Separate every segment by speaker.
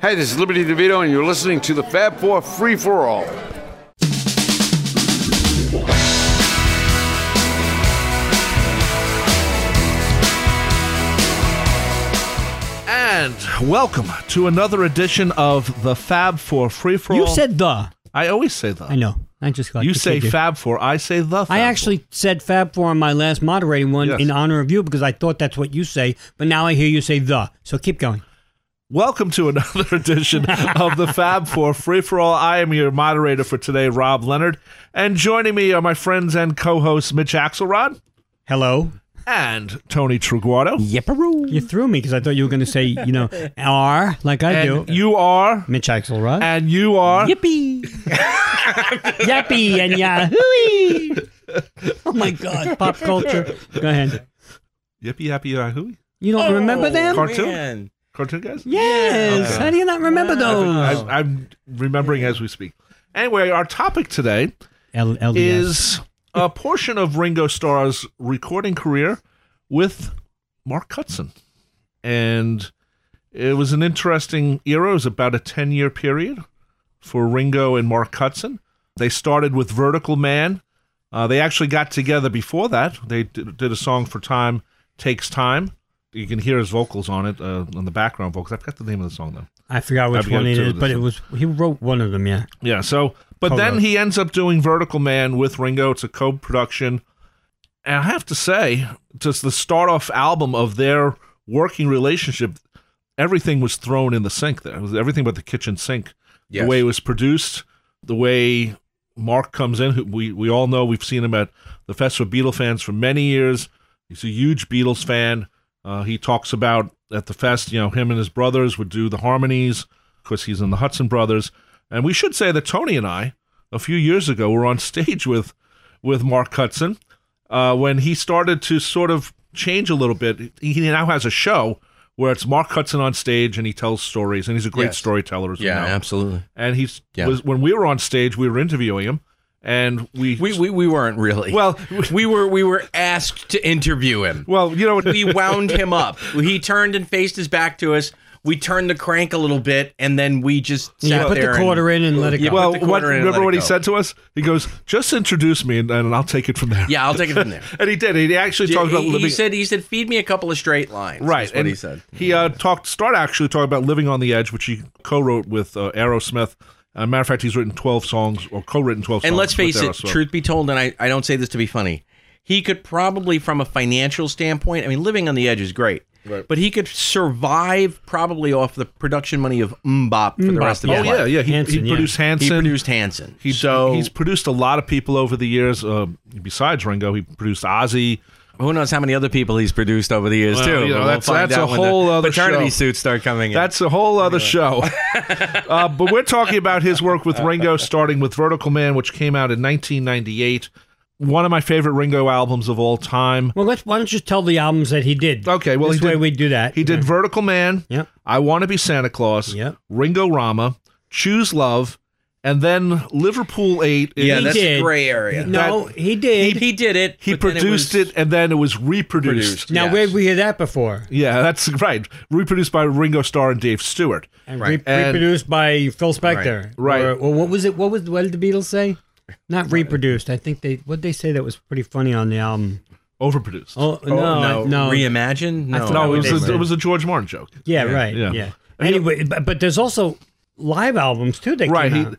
Speaker 1: Hey, this is Liberty DeVito, and you're listening to the Fab Four Free for All.
Speaker 2: And welcome to another edition of the Fab Four Free For All.
Speaker 3: You said the.
Speaker 2: I always say the.
Speaker 3: I know. I just got
Speaker 2: You
Speaker 3: to
Speaker 2: say
Speaker 3: figure.
Speaker 2: Fab Four. I say the. Fab
Speaker 3: I actually said Fab Four on my last moderating one
Speaker 2: Yes.
Speaker 3: in honor of you because I thought that's what you say, but now I hear you say the. So keep going.
Speaker 2: Welcome to another edition of the Fab Four Free for All. I am your moderator for today, Rob Leonard, and joining me are my friends and co-hosts Mitch Axelrod
Speaker 3: Hello.
Speaker 2: and Tony Truguardo.
Speaker 4: Yipperoo.
Speaker 3: You threw me because I thought you were going to say you know R like I do.
Speaker 2: And you are,
Speaker 3: Mitch Axelrod.
Speaker 2: and you are.
Speaker 4: Yippee.
Speaker 3: Yappy and Yahooey. Oh my God! Pop culture. Go ahead.
Speaker 2: Yippee yappy yahoo!
Speaker 3: You
Speaker 2: Oh.
Speaker 3: don't remember them?
Speaker 2: Cartoon?
Speaker 4: Man.
Speaker 2: Cartoon guys.
Speaker 3: Yes.
Speaker 2: Okay.
Speaker 3: How do you not remember those?
Speaker 2: I, I'm remembering as we speak. Anyway, our topic today
Speaker 3: L- E LDS.
Speaker 2: is a portion of Ringo Starr's recording career with Mark Cutson. And it was an interesting era. It was about a 10 year period for Ringo and Mark Cutson. They started with Vertical Man. Uh, they actually got together before that. They d- did a song for Time Takes Time. You can hear his vocals on it, uh, on the background vocals. I forgot the name of the song, though.
Speaker 3: I forgot which
Speaker 2: I've got
Speaker 3: one it
Speaker 2: two of
Speaker 3: is,
Speaker 2: this
Speaker 3: but it
Speaker 2: one.
Speaker 3: was he wrote one of them. Yeah.
Speaker 2: Yeah. So, but
Speaker 3: Hold
Speaker 2: then
Speaker 3: on.
Speaker 2: he ends up doing Vertical Man with Ringo. It's a co-production, and I have to say, just the start-off album of their working relationship, everything was thrown in the sink. There It was everything but the kitchen sink.
Speaker 4: Yes.
Speaker 2: The way it was produced, the way Mark comes in. Who we we all know. We've seen him at the Festival of Beatle fans for many years. He's a huge Beatles fan. Uh, he talks about at the fest, you know, him and his brothers would do the harmonies. Of course, he's in the Hudson Brothers, and we should say that Tony and I, a few years ago, were on stage with with Mark Hudson uh, when he started to sort of change a little bit. He now has a show where it's Mark Hudson on stage and he tells stories, and he's a great
Speaker 4: Yes.
Speaker 2: storyteller as
Speaker 4: Yeah,
Speaker 2: well.
Speaker 4: absolutely.
Speaker 2: And he's
Speaker 4: Yeah.
Speaker 2: was when we were on stage, we were interviewing him, and we
Speaker 4: We, we we weren't really.
Speaker 2: Well-
Speaker 4: we were we were asked to interview him.
Speaker 2: well, you know,
Speaker 4: We wound him up. He turned and faced his back to us. We turned the crank a little bit, and then we just sat
Speaker 3: Yeah, put the
Speaker 4: there
Speaker 3: quarter in and let it
Speaker 4: Yeah,
Speaker 3: go.
Speaker 4: put
Speaker 2: well,
Speaker 4: the
Speaker 2: what,
Speaker 4: quarter in and
Speaker 2: remember
Speaker 4: let it
Speaker 2: what he
Speaker 4: go.
Speaker 2: said to us? He goes, "Just introduce me, and, and I'll take it from there."
Speaker 4: Yeah, I'll take it from there.
Speaker 2: and he did. He actually talked about
Speaker 4: he,
Speaker 2: living.
Speaker 4: he said he said feed me a couple of straight lines.
Speaker 2: right,
Speaker 4: is what
Speaker 2: and
Speaker 4: he said.
Speaker 2: He uh, talked start actually talking about living on the edge, which he co-wrote with uh, Aerosmith. Uh, matter of fact, he's written twelve songs or co-written twelve.
Speaker 4: And
Speaker 2: songs
Speaker 4: let's face
Speaker 2: with
Speaker 4: it,
Speaker 2: Aerosmith.
Speaker 4: truth be told, and I, I don't say this to be funny, he could probably, from a financial standpoint, I mean, living on the edge is great. Right. But he could survive probably off the production money of Mbop for the
Speaker 3: Mbop,
Speaker 4: rest of
Speaker 2: Oh
Speaker 4: his life.
Speaker 2: yeah, yeah. He,
Speaker 3: Hanson,
Speaker 2: he
Speaker 3: yeah.
Speaker 2: produced Hanson.
Speaker 4: He produced Hanson.
Speaker 2: He-
Speaker 4: so
Speaker 2: he's produced a lot of people over the years. Uh, besides Ringo, he produced Ozzy.
Speaker 4: who knows how many other people he's produced over the years
Speaker 2: Well,
Speaker 4: too?
Speaker 2: you know,
Speaker 4: but we'll
Speaker 2: that's-
Speaker 4: find
Speaker 2: that's
Speaker 4: out
Speaker 2: a
Speaker 4: when the
Speaker 2: whole other
Speaker 4: paternity
Speaker 2: show.
Speaker 4: suits start coming in.
Speaker 2: That's a whole other show. uh, but we're talking about his work with Ringo, starting with Vertical Man, which came out in 1998. One of my favorite Ringo albums of all time.
Speaker 3: Well, let's, why don't you tell the albums that he did?
Speaker 2: Okay, well,
Speaker 3: this
Speaker 2: he
Speaker 3: way
Speaker 2: did-
Speaker 3: we do that.
Speaker 2: He did Vertical Man,
Speaker 3: Yep.
Speaker 2: I Want to Be Santa Claus,
Speaker 3: Yep.
Speaker 2: Ringo Rama, Choose Love, and then Liverpool 8. is-
Speaker 4: yeah,
Speaker 3: He
Speaker 4: that's
Speaker 3: did.
Speaker 4: a gray area.
Speaker 3: No, he did.
Speaker 2: E
Speaker 4: he did it.
Speaker 2: He
Speaker 4: but then it
Speaker 2: produced
Speaker 4: was
Speaker 2: it, and then it was reproduced.
Speaker 4: Produced.
Speaker 3: now,
Speaker 4: yes.
Speaker 3: where'd we hear that before?
Speaker 2: Yeah, that's right. Reproduced by Ringo Starr and Dave Stewart.
Speaker 3: And
Speaker 4: Right.
Speaker 3: re- reproduced by Phil Spector.
Speaker 2: Right.
Speaker 3: Or, or what was it? What was what did the Beatles say? Not reproduced. I think they what they say that was pretty funny on the album.
Speaker 2: Overproduced.
Speaker 3: Oh, no,
Speaker 4: No,
Speaker 3: no.
Speaker 4: reimagined. No,
Speaker 3: thought
Speaker 2: no, it was,
Speaker 3: Overproduced.
Speaker 2: a, it was a George Martin joke.
Speaker 3: yeah, right.
Speaker 2: yeah.
Speaker 3: Yeah. Anyway, but, but there's also live albums too. That
Speaker 2: Right.
Speaker 3: Came
Speaker 2: He,
Speaker 3: out.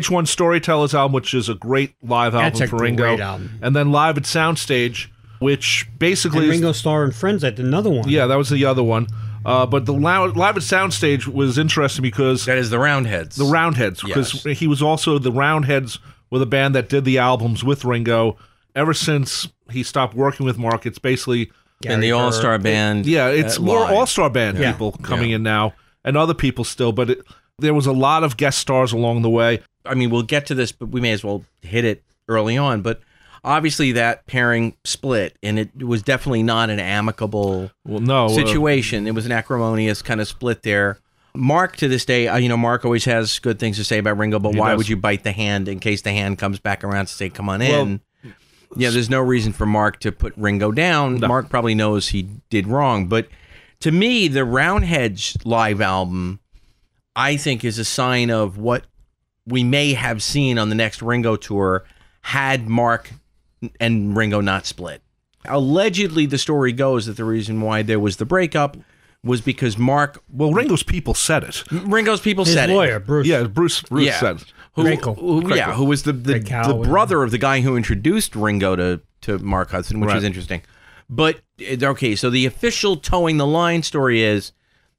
Speaker 2: VH1 Storytellers album, which is a great live album
Speaker 3: That's a
Speaker 2: for Ringo.
Speaker 3: great album.
Speaker 2: And then Live at Soundstage, which basically.
Speaker 3: And
Speaker 2: is-
Speaker 3: Ringo Starr and Friends. That's another one.
Speaker 2: yeah, that was the other one. Uh, but the loud, Live at Soundstage was interesting because
Speaker 4: that is the Roundheads.
Speaker 2: the Roundheads, because he was also the Roundheads were the band that did the albums with Ringo. Ever since he stopped working with Mark, it's basically.
Speaker 4: and the
Speaker 3: Gary
Speaker 4: All Star Band.
Speaker 2: Yeah, it's
Speaker 4: uh,
Speaker 2: more
Speaker 4: live.
Speaker 2: all star band
Speaker 3: Yeah.
Speaker 2: people coming in now and other people still, but it, there was a lot of guest stars along the way.
Speaker 4: I mean, we'll get to this, but we may as well hit it early on. But obviously, that pairing split, and it was definitely not an amicable
Speaker 2: Well, no. uh,
Speaker 4: situation. It was an acrimonious kind of split there. Mark, to this day, uh, you know, Mark always has good things to say about Ringo, but why
Speaker 2: does.
Speaker 4: would you bite the hand in case the hand comes back around to say, come on
Speaker 2: Well,
Speaker 4: in? Yeah, there's no reason for Mark to put Ringo down. Mark probably knows he did wrong. But to me, the Roundheads live album I think is a sign of what we may have seen on the next Ringo tour had Mark and Ringo not split. Allegedly, the story goes that the reason why there was the breakup was because Mark,
Speaker 2: Well, Ringo's people said it.
Speaker 4: Ringo's people
Speaker 3: His
Speaker 4: said it.
Speaker 3: lawyer, Bruce.
Speaker 2: Yeah, Bruce. Bruce
Speaker 4: Yeah.
Speaker 2: said it.
Speaker 4: who,
Speaker 3: Krenkel.
Speaker 4: who- yeah,
Speaker 2: Krenkel.
Speaker 4: who was the the,
Speaker 3: Krenkel
Speaker 4: the
Speaker 3: and-
Speaker 4: brother of the guy who introduced Ringo to to Mark Hudson, which
Speaker 2: Right.
Speaker 4: is interesting. But it- okay, so the official towing the line story is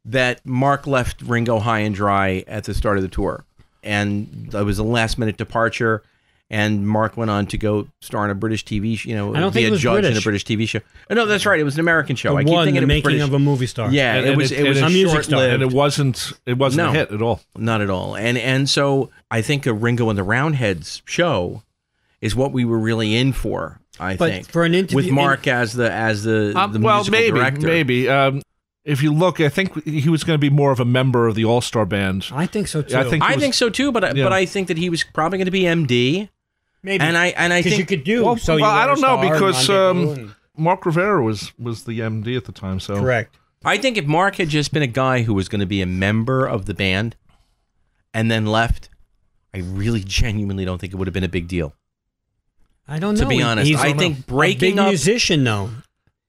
Speaker 4: that Mark left Ringo high and dry at the start of the tour, and that was a last minute departure. And Mark went on to go star in a British TV show. You know,
Speaker 3: I don't
Speaker 4: be
Speaker 3: think
Speaker 4: a
Speaker 3: it was
Speaker 4: judge in a
Speaker 3: British.
Speaker 4: British TV show. Oh, no, that's right. It was an American show.
Speaker 3: The
Speaker 4: I keep
Speaker 3: one,
Speaker 4: thinking
Speaker 3: the
Speaker 4: it was
Speaker 3: making
Speaker 4: British.
Speaker 3: of a movie star.
Speaker 4: yeah,
Speaker 2: And-
Speaker 4: it
Speaker 2: and
Speaker 4: was.
Speaker 2: it-
Speaker 4: It, was
Speaker 2: and
Speaker 3: a music
Speaker 4: short-lived.
Speaker 3: star.
Speaker 2: And it wasn't. It wasn't
Speaker 4: No.
Speaker 2: a hit at all.
Speaker 4: Not at all. And and so I think a Ringo and the Roundheads show is what we were really in for. I
Speaker 3: But
Speaker 4: think
Speaker 3: for an interview-
Speaker 4: with Mark as the as the,
Speaker 2: Um,
Speaker 4: the
Speaker 2: well,
Speaker 4: musical
Speaker 2: maybe,
Speaker 4: director.
Speaker 2: maybe. Um, if you look, I think he was going to be more of a member of the All Star Band.
Speaker 3: I think so too.
Speaker 2: I think-
Speaker 4: I
Speaker 2: was-
Speaker 4: think so too. But I
Speaker 2: Yeah.
Speaker 4: but I think that he was probably going to be MD.
Speaker 3: maybe.
Speaker 4: And I and I
Speaker 3: because
Speaker 4: think
Speaker 3: you could do.
Speaker 2: Well,
Speaker 3: so you
Speaker 2: well, I
Speaker 3: were a
Speaker 2: don't know,
Speaker 3: star and
Speaker 2: because,
Speaker 3: on
Speaker 2: um,
Speaker 3: debut and-
Speaker 2: Mark Rivera was was the MD at the time. So
Speaker 3: correct.
Speaker 4: I think if Mark had just been a guy who was going to be a member of the band and then left, I really genuinely don't think it would have been a big deal.
Speaker 3: I don't know.
Speaker 4: To be
Speaker 3: He-
Speaker 4: honest,
Speaker 3: he's
Speaker 4: I
Speaker 3: a-
Speaker 4: think
Speaker 3: a
Speaker 4: breaking
Speaker 3: big
Speaker 4: up-
Speaker 3: musician though.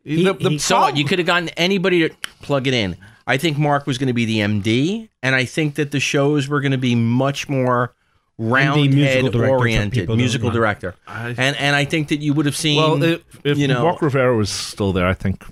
Speaker 3: He-
Speaker 2: the, the
Speaker 3: he-
Speaker 4: So what?
Speaker 2: problem-
Speaker 4: You could have gotten anybody to plug it in. I think Mark was going to be the MD, and I think that the shows were going to be much more round
Speaker 3: musical
Speaker 4: head
Speaker 3: director for
Speaker 4: oriented,
Speaker 3: people that
Speaker 4: musical
Speaker 3: don't know.
Speaker 4: director.
Speaker 2: I-
Speaker 4: and and I think that you would have seen,
Speaker 2: well, if, if
Speaker 4: you know,
Speaker 2: Mark Rivera was still there, I think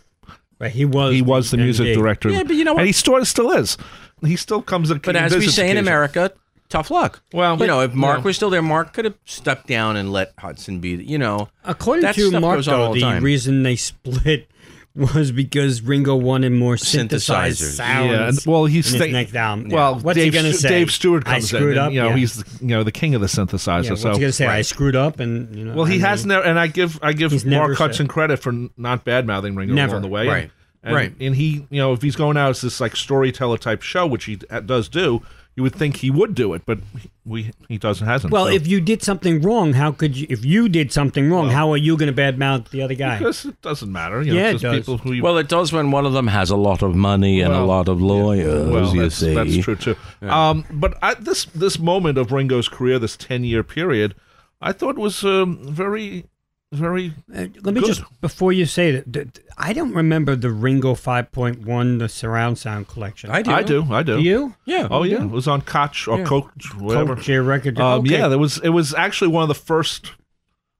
Speaker 3: Right, he was.
Speaker 2: he was the music
Speaker 3: MD.
Speaker 2: director.
Speaker 4: Yeah, but you know what?
Speaker 2: And he sort of still is. He still comes. and-
Speaker 4: but as we
Speaker 2: visits
Speaker 4: say in
Speaker 2: occasionally.
Speaker 4: America, tough luck.
Speaker 2: Well,
Speaker 4: you
Speaker 2: but-
Speaker 4: know, if Mark
Speaker 2: you know.
Speaker 4: was still there, Mark could have stepped down and let Hudson be. You know,
Speaker 3: According
Speaker 4: That
Speaker 3: to
Speaker 4: stuff
Speaker 3: Mark,
Speaker 4: goes on all
Speaker 3: though,
Speaker 4: the
Speaker 3: the
Speaker 4: time.
Speaker 3: reason they split was because Ringo wanted more synthesized
Speaker 4: Synthesizers.
Speaker 3: sounds.
Speaker 2: Yeah, and- well, he's
Speaker 3: in his
Speaker 2: think-
Speaker 3: next album.
Speaker 2: Well,
Speaker 3: what's
Speaker 2: Dave,
Speaker 3: he gonna
Speaker 2: Stu-
Speaker 3: say?
Speaker 2: Dave Stewart
Speaker 3: I
Speaker 2: comes
Speaker 3: screwed
Speaker 2: in.
Speaker 3: up.
Speaker 2: and, you know,
Speaker 3: yeah.
Speaker 2: he's the, you know the king of the synthesizer.
Speaker 3: Yeah, what's
Speaker 2: so
Speaker 3: he gonna say? I
Speaker 4: Right.
Speaker 3: screwed up, and you know.
Speaker 2: Well, he
Speaker 3: I
Speaker 2: has
Speaker 3: mean,
Speaker 2: never, and I give I give
Speaker 3: He's never
Speaker 2: Mark
Speaker 3: said-
Speaker 2: Hudson credit for n- not bad mouthing Ringo
Speaker 3: Never.
Speaker 2: along the way,
Speaker 4: Right.
Speaker 2: And,
Speaker 4: Right.
Speaker 2: and he, you know, if he's going out as this like storyteller type show, which he d- uh, does do, you would think he would do it, but he- we he doesn't hasn't.
Speaker 3: Well,
Speaker 2: so.
Speaker 3: if you did something wrong, how could you? If you did something wrong, how are you going to badmouth the other guy?
Speaker 2: because it doesn't matter, you know,
Speaker 3: Yeah,
Speaker 2: it's just
Speaker 3: it does.
Speaker 2: people who you
Speaker 4: well, it does when one of them has a lot of money and a
Speaker 2: Well,
Speaker 4: lot of lawyers.
Speaker 2: well,
Speaker 4: you
Speaker 2: that's,
Speaker 4: see,
Speaker 2: that's true too. Um, but I, this this moment of Ringo's career, this ten year period, I thought was um, very very
Speaker 3: Uh, Let me
Speaker 2: Good.
Speaker 3: just before you say that, th- th- I don't remember the Ringo 5.1, the surround sound collection.
Speaker 4: I do.
Speaker 2: I do I do.
Speaker 3: do you?
Speaker 4: Yeah.
Speaker 2: Oh yeah, it was on Koch or Coach, whatever.
Speaker 3: Coach, your record.
Speaker 2: Um,
Speaker 3: okay.
Speaker 2: Yeah, there was. It was actually one of the first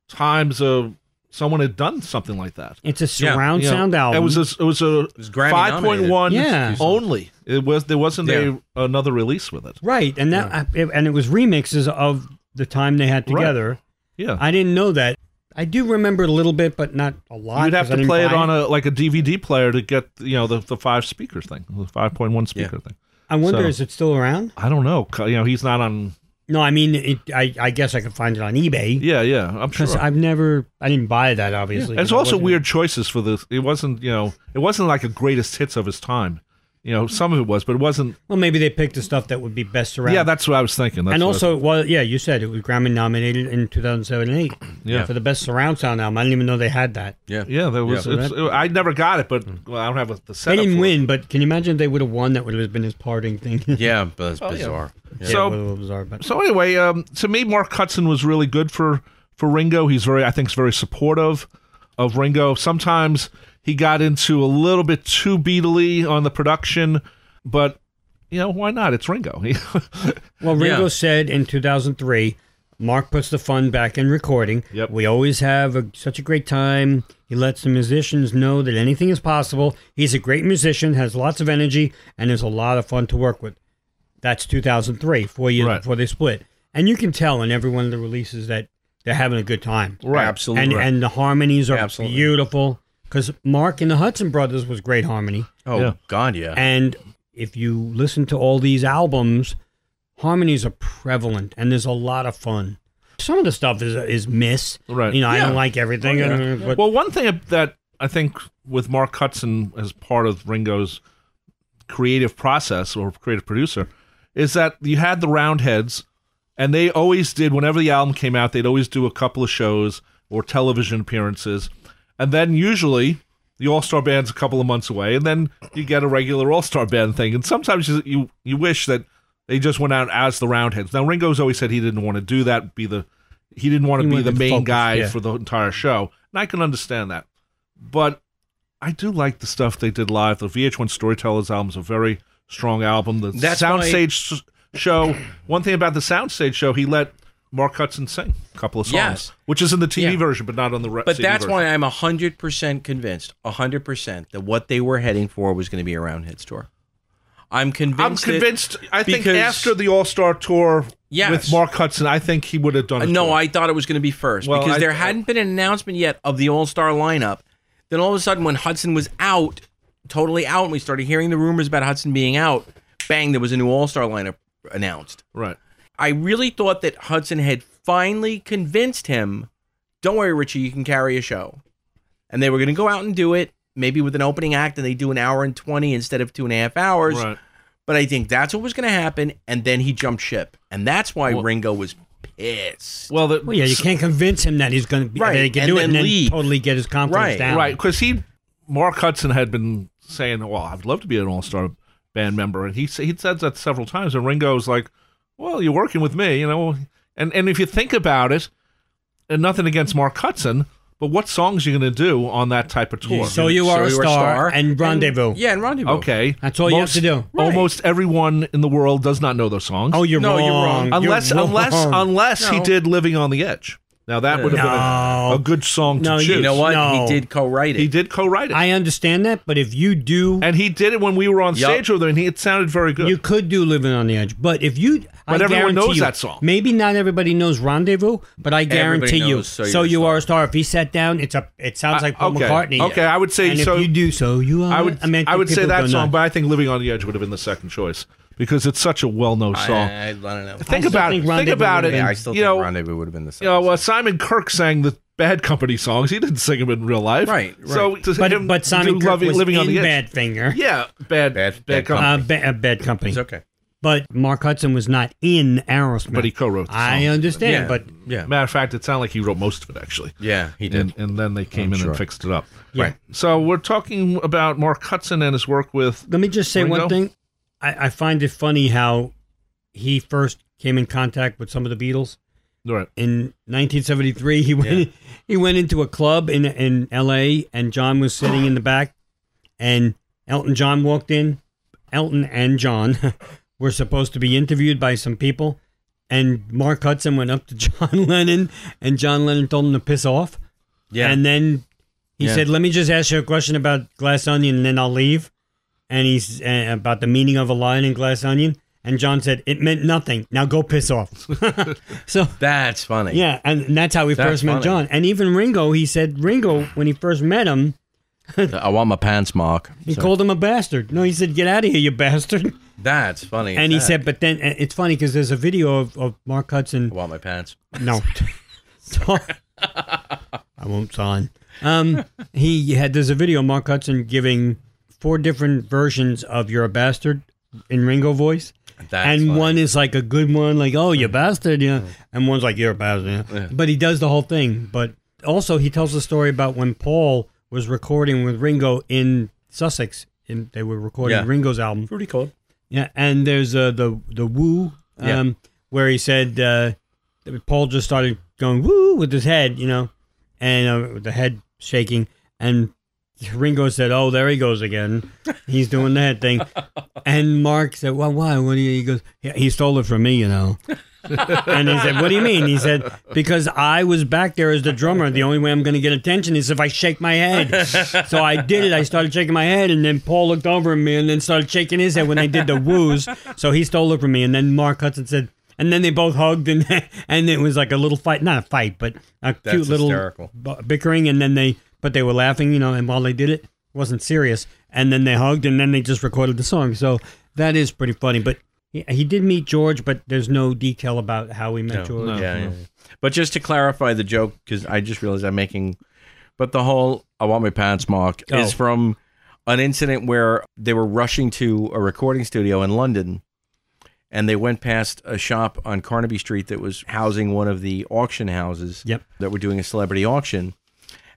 Speaker 2: times uh, someone had done something like that.
Speaker 3: it's a
Speaker 4: Yeah,
Speaker 3: surround
Speaker 2: You know,
Speaker 3: sound album.
Speaker 2: It was. A, it was a
Speaker 4: was Grammy
Speaker 2: five point one.
Speaker 3: nominated. Yeah.
Speaker 2: only. It was. There wasn't a another release with it.
Speaker 3: right, and that I- it- and it was remixes of the time they had
Speaker 2: Right.
Speaker 3: together.
Speaker 2: Yeah,
Speaker 3: I didn't know that. I do remember a little bit, but not a lot.
Speaker 2: you'd have
Speaker 3: 'cause I
Speaker 2: to
Speaker 3: didn't
Speaker 2: play it
Speaker 3: buy
Speaker 2: on a like a DVD player to get you know the, the five speakers thing, the five point one speaker thing.
Speaker 3: I wonder
Speaker 2: so-
Speaker 3: is it still around?
Speaker 2: I don't know. c- You know, he's not on.
Speaker 3: No, I mean, it, I I guess I could find it on eBay
Speaker 2: Yeah, yeah. I'm sure.
Speaker 3: because I've never I didn't buy that obviously.
Speaker 2: And it's
Speaker 3: 'cause I
Speaker 2: also
Speaker 3: wasn't-
Speaker 2: weird choices for the. It wasn't you know. It wasn't like a greatest hits of his time. You know, some of it was, but it wasn't.
Speaker 3: Well, maybe they picked the stuff that would be best around.
Speaker 2: Yeah, that's what I was thinking. That's
Speaker 3: and
Speaker 2: what I-
Speaker 3: also, well, yeah, you said it was Grammy nominated in 2007 and 8
Speaker 2: Yeah.
Speaker 3: for the best surround sound album. I didn't even know they had that.
Speaker 4: Yeah.
Speaker 2: Yeah, there was.
Speaker 4: Yeah.
Speaker 2: it's, I never got it, but well, I don't have a, the
Speaker 3: They
Speaker 2: setup.
Speaker 3: didn't
Speaker 2: for it.
Speaker 3: win, but can you imagine if they would have won? That would have been his parting thing.
Speaker 4: Yeah, but it's
Speaker 2: Oh, yeah.
Speaker 4: bizarre. Yeah.
Speaker 2: So-
Speaker 3: it would've been bizarre, but-
Speaker 2: So anyway, um, to me, Mark Hudson was really good for for Ringo. He's very, I think, he's very supportive of Ringo. Sometimes he got into a little bit too beatly on the production, but you know why not? It's Ringo.
Speaker 3: Well, Ringo
Speaker 4: Yeah.
Speaker 3: said in 2003, Mark puts the fun back in recording.
Speaker 2: Yep.
Speaker 3: We always have a, such a great time. He lets the musicians know that anything is possible. He's a great musician, has lots of energy, and is a lot of fun to work with. That's 2003, four years
Speaker 2: Right.
Speaker 3: before they split. And you can tell in every one of the releases that they're having a good time.
Speaker 2: Right.
Speaker 4: Absolutely.
Speaker 3: And, and the harmonies are
Speaker 4: Absolutely.
Speaker 3: beautiful because Mark and the Hudson Brothers was great harmony.
Speaker 4: oh
Speaker 2: Yeah.
Speaker 4: God, yeah.
Speaker 3: And if you listen to all these albums, harmonies are prevalent, and there's a lot of fun. Some of the stuff is is miss.
Speaker 2: Right.
Speaker 3: You know, I
Speaker 4: Yeah.
Speaker 3: don't like everything.
Speaker 4: Oh, yeah.
Speaker 3: and- but
Speaker 2: well, one thing that I think with Mark Hudson as part of Ringo's creative process or creative producer is that you had the Roundheads, and they always did whenever the album came out, they'd always do a couple of shows or television appearances, and then usually the All Star Band's a couple of months away, and then you get a regular All Star Band thing, and sometimes you you, you wish that They just went out as the Roundheads. Now Ringo's always said he didn't want to do that. Be the he didn't want
Speaker 3: He
Speaker 2: to be
Speaker 3: wanted
Speaker 2: the
Speaker 3: to
Speaker 2: main
Speaker 3: focus,
Speaker 2: guy
Speaker 3: yeah.
Speaker 2: for the entire show, and I can understand that. But I do like the stuff they did live. The VH1 Storytellers album is a very strong album. The
Speaker 4: That's
Speaker 2: Soundstage s show. One thing about the Soundstage show, he let Mark Hudson sing a couple of songs,
Speaker 4: Yes.
Speaker 2: which is in the TV
Speaker 4: Yeah.
Speaker 2: version, but not on the re-
Speaker 4: But
Speaker 2: CD
Speaker 4: that's
Speaker 2: version.
Speaker 4: why I'm 100% convinced, 100% that what they were heading for was going to be a round hits tour. I'm
Speaker 2: I'm
Speaker 4: convinced. it-
Speaker 2: convinced. I think
Speaker 4: because-
Speaker 2: after the All Star tour
Speaker 4: Yes.
Speaker 2: with Mark Hudson, I think he would have done.
Speaker 4: Uh,
Speaker 2: a
Speaker 4: No,
Speaker 2: tour.
Speaker 4: I thought it was going to be first
Speaker 2: Well,
Speaker 4: because
Speaker 2: I-
Speaker 4: there
Speaker 2: I-
Speaker 4: hadn't been an announcement yet of the All Star lineup. Then all of a sudden, when Hudson was out, totally out, and we started hearing the rumors about Hudson being out, bang, there was a new All Star lineup announced.
Speaker 2: right.
Speaker 4: I really thought that Hudson had finally convinced him, don't worry, Richie, you can carry a show. And they were going to go out and do it, maybe with an opening act, and they do an hour and 20 instead of two and a half hours.
Speaker 2: Right.
Speaker 4: But I think that's what was going to happen. And then he jumped ship. And that's why
Speaker 2: Well-
Speaker 4: Ringo was pissed.
Speaker 2: Well, the,
Speaker 3: Well, yeah, you can't convince him that he's going to be
Speaker 4: Right,
Speaker 3: that he can
Speaker 4: and
Speaker 3: do it
Speaker 4: then
Speaker 3: and then
Speaker 4: leave.
Speaker 3: totally get his confidence
Speaker 4: Right,
Speaker 3: down.
Speaker 2: right because he Mark Hudson had been saying, "Well, I'd love to be an All Star band member," and he s- he said that several times. And Ringo's like, "Well, you're working with me, you know." And and if you think about it, and nothing against Mark Hudson, but what songs are you going to do on that type of tour?
Speaker 3: So you are a star, and rendezvous.
Speaker 4: yeah, and rendezvous.
Speaker 2: okay,
Speaker 3: That's all you have to do.
Speaker 4: Right.
Speaker 2: Almost everyone in the world does not know those songs.
Speaker 3: Oh, you're
Speaker 4: No,
Speaker 3: wrong.
Speaker 4: you're wrong.
Speaker 3: You're
Speaker 2: unless unless
Speaker 3: wrong.
Speaker 2: unless he
Speaker 4: No.
Speaker 2: did living on the edge. Now that would have been
Speaker 3: No.
Speaker 2: a, a good song to
Speaker 3: No, you
Speaker 2: choose.
Speaker 4: You know what?
Speaker 3: No.
Speaker 4: He did co write it.
Speaker 2: He did co-write it,
Speaker 3: I understand that, but if you do,
Speaker 2: and he did it when we were on
Speaker 4: Yup.
Speaker 2: stage with him. And he, it sounded very good.
Speaker 3: you could do "Living on the Edge." But if you,
Speaker 2: But
Speaker 3: I
Speaker 2: everyone
Speaker 3: guarantee
Speaker 2: knows
Speaker 3: you,
Speaker 2: that song.
Speaker 3: Maybe not everybody knows "Rendezvous," but I guarantee you.
Speaker 4: knows So You're a
Speaker 3: you are a star. If he sat down, it's a. It sounds like Paul
Speaker 2: okay.
Speaker 3: McCartney.
Speaker 2: Okay, I would say
Speaker 3: and
Speaker 2: so.
Speaker 3: if you do, so you are.
Speaker 2: I would.
Speaker 3: I, mean,
Speaker 2: I would say
Speaker 3: people
Speaker 2: that
Speaker 3: go
Speaker 2: song,
Speaker 3: nuts.
Speaker 2: but I think "Living on the Edge" would have been the second choice because it's such a well-known
Speaker 4: I,
Speaker 2: song.
Speaker 4: I, I don't know.
Speaker 2: think
Speaker 3: still
Speaker 2: about
Speaker 3: think
Speaker 2: it. Think
Speaker 3: Rendezvous
Speaker 2: about
Speaker 3: would
Speaker 2: it.
Speaker 3: have
Speaker 4: Yeah,
Speaker 3: been-
Speaker 4: I still
Speaker 2: you
Speaker 4: think
Speaker 2: know,
Speaker 4: rendezvous would have been the same.
Speaker 2: you know, uh, Simon Kirk sang the Bad Company songs. He didn't sing them in real life,
Speaker 4: Right,
Speaker 2: So to
Speaker 3: But,
Speaker 2: him
Speaker 3: but
Speaker 2: to
Speaker 3: Simon
Speaker 2: do
Speaker 3: Kirk
Speaker 2: Loving-
Speaker 3: was
Speaker 2: living
Speaker 3: in
Speaker 2: on the
Speaker 3: Bad
Speaker 2: edge.
Speaker 3: Finger.
Speaker 2: Yeah, bad,
Speaker 4: Bad-
Speaker 2: bad,
Speaker 4: Bad
Speaker 2: company.
Speaker 3: Uh, ba- uh, bad company.
Speaker 4: it's okay.
Speaker 3: But Mark Hudson was not in Aerosmith.
Speaker 2: But he co-wrote. The
Speaker 3: I
Speaker 2: songs.
Speaker 3: understand,
Speaker 4: Yeah.
Speaker 3: but
Speaker 4: Yeah.
Speaker 2: Matter of fact, it sounded like he wrote most of it actually.
Speaker 4: Yeah, he did.
Speaker 2: and, and then they came in
Speaker 4: sure.
Speaker 2: and fixed it up.
Speaker 3: Yeah.
Speaker 2: Right. So we're talking about Mark Hudson and his work with.
Speaker 3: let me just say
Speaker 2: Ringo?
Speaker 3: one thing. I, I find it funny how he first came in contact with some of the Beatles.
Speaker 2: Right.
Speaker 3: In 1973, he went he went into a club in in L.A. and John was sitting in the back, and Elton John walked in. Elton and John were supposed to be interviewed by some people, and Mark Hudson went up to John Lennon, and John Lennon told him to piss off.
Speaker 4: Yeah.
Speaker 3: And then he
Speaker 4: Yeah.
Speaker 3: said, "Let me just ask you a question about Glass Onion, and then I'll leave." And he's uh, about the meaning of a line in Glass Onion. And John said, "It meant nothing. Now go piss off." so
Speaker 4: That's funny.
Speaker 3: yeah, and, and that's how we
Speaker 4: That's
Speaker 3: first met
Speaker 4: funny.
Speaker 3: John. And even Ringo, he said Ringo when he first met him,
Speaker 4: I want my pants, Mark.
Speaker 3: he called him a bastard. No, he said, "Get out of here, you bastard."
Speaker 4: That's funny.
Speaker 3: And he
Speaker 4: as
Speaker 3: said, "But then uh, it's funny because there's a video of, of Mark Hudson."
Speaker 4: I want my pants.
Speaker 3: No. So- I won't sign. Um, he had there's a video of Mark Hudson giving four different versions of "You're a Bastard" in Ringo voice,
Speaker 4: That's
Speaker 3: and
Speaker 4: funny. Mm.
Speaker 3: one is like a good one, like "Oh, you bastard," yeah, and one's like "You're a bastard." Yeah. But he does the whole thing. But also, he tells the story about when Paul was recording with Ringo in Sussex, and they were recording
Speaker 4: Yeah.
Speaker 3: Ringo's album.
Speaker 4: Pretty cold.
Speaker 3: Yeah, and there's uh, the the woo um,
Speaker 4: Yeah.
Speaker 3: where he said uh, Paul just started going woo with his head, you know, and uh, with the head shaking, and Ringo said, "Oh, there he goes again. He's doing that thing." and Mark said, "Well, why? What do you?" He goes, "Yeah, "He stole it from me, you know." and he said, "What do you mean?" He said, "Because I was back there as the drummer. The only way I'm going to get attention is if I shake my head." so I did it. I started shaking my head, and then Paul looked over at me, and then started shaking his head when they did the woos. So he stole it from me, and then Mark Hudson said, and then they both hugged, and and it was like a little fight, not a fight, but a
Speaker 4: That's
Speaker 3: cute little
Speaker 4: hysterical.
Speaker 3: bu- bickering, and then they but they were laughing, you know, and while they did it, it wasn't serious, and then they hugged, and then they just recorded the song. So that is pretty funny, but. He, he did meet George, but there's no detail about how we met George.
Speaker 2: no.
Speaker 4: Yeah, yeah, yeah. But just to clarify the joke, because I just realized I'm making, but the whole "I want my pants mark"
Speaker 3: Oh.
Speaker 4: is from an incident where they were rushing to a recording studio in London, and they went past a shop on Carnaby Street that was housing one of the auction houses
Speaker 3: Yep.
Speaker 4: that were doing a celebrity auction,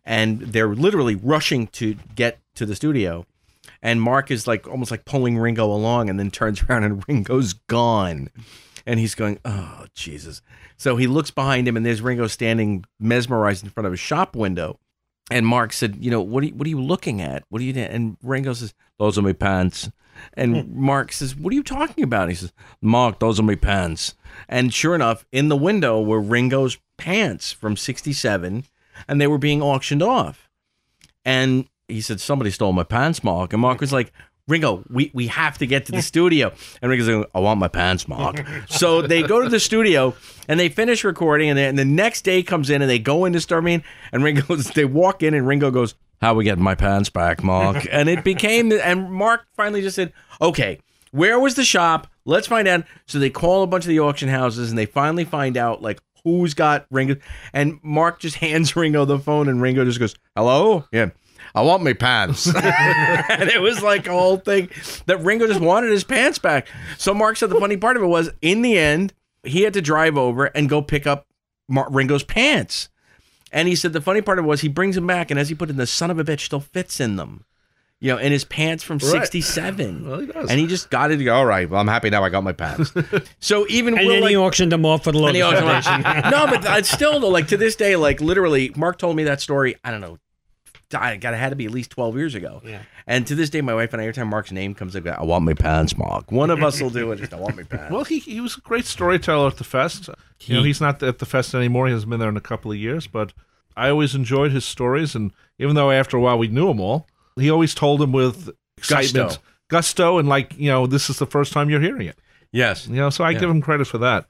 Speaker 4: and they're literally rushing to get to the studio, and Mark is like almost like pulling Ringo along, and then turns around and Ringo's gone, and he's going, "Oh Jesus!" So he looks behind him, and there's Ringo standing mesmerized in front of a shop window, and Mark said, "You know what? Are you, what are you looking at? What are you?" doing?" And Ringo says, "Those are my pants." And Mark says, "What are you talking about?" And he says, "Mark, those are my pants." And sure enough, in the window were Ringo's pants from '67, and they were being auctioned off. And he said, "Somebody stole my pants, Mark." And Mark was like, "Ringo, we, we have to get to the studio." And Ringo's like, "I want my pants, Mark." so they go to the studio and they finish recording, and, they, and the next day comes in and they go into Starmine, and Ringo's they walk in and Ringo goes, "How we getting my pants back, Mark?" and it became and Mark finally just said, "Okay." Where was the shop? Let's find out. So they call a bunch of the auction houses and they finally find out like who's got Ringo. And Mark just hands Ringo the phone and Ringo just goes, Hello? Yeah. I want my pants. and it was like a whole thing that Ringo just wanted his pants back. So Mark said the funny part of it was in the end, he had to drive over and go pick up Mar- Ringo's pants. And he said the funny part of it was he brings them back, and as he put it, the son of a bitch still fits in them. You know, in his pants from '67.
Speaker 2: Well, he does.
Speaker 4: And he just got it. All right. Well, I'm happy now. I got my pants. so even
Speaker 3: And
Speaker 4: Will,
Speaker 3: then
Speaker 4: like,
Speaker 3: he auctioned them off for the
Speaker 4: and
Speaker 3: Lotus
Speaker 4: he always went,
Speaker 3: Foundation.
Speaker 4: no, but it's still though, like to this day, like literally, Mark told me that story. I don't know. I got it had to be at least twelve years ago.
Speaker 3: Yeah.
Speaker 4: And to this day, my wife and I, every time Mark's name comes up, I want my pants, Mark. One of us will do it. Just I want my pants.
Speaker 2: Well, he, he was a great storyteller at the fest. you know, he's not at the fest anymore. He hasn't been there in a couple of years, but I always enjoyed his stories. And even though after a while we knew them all, he always told them with excitement,
Speaker 4: Gusto.
Speaker 2: gusto, and like you know, this is the first time you're hearing it.
Speaker 4: yes.
Speaker 2: You know, so I give him credit for that.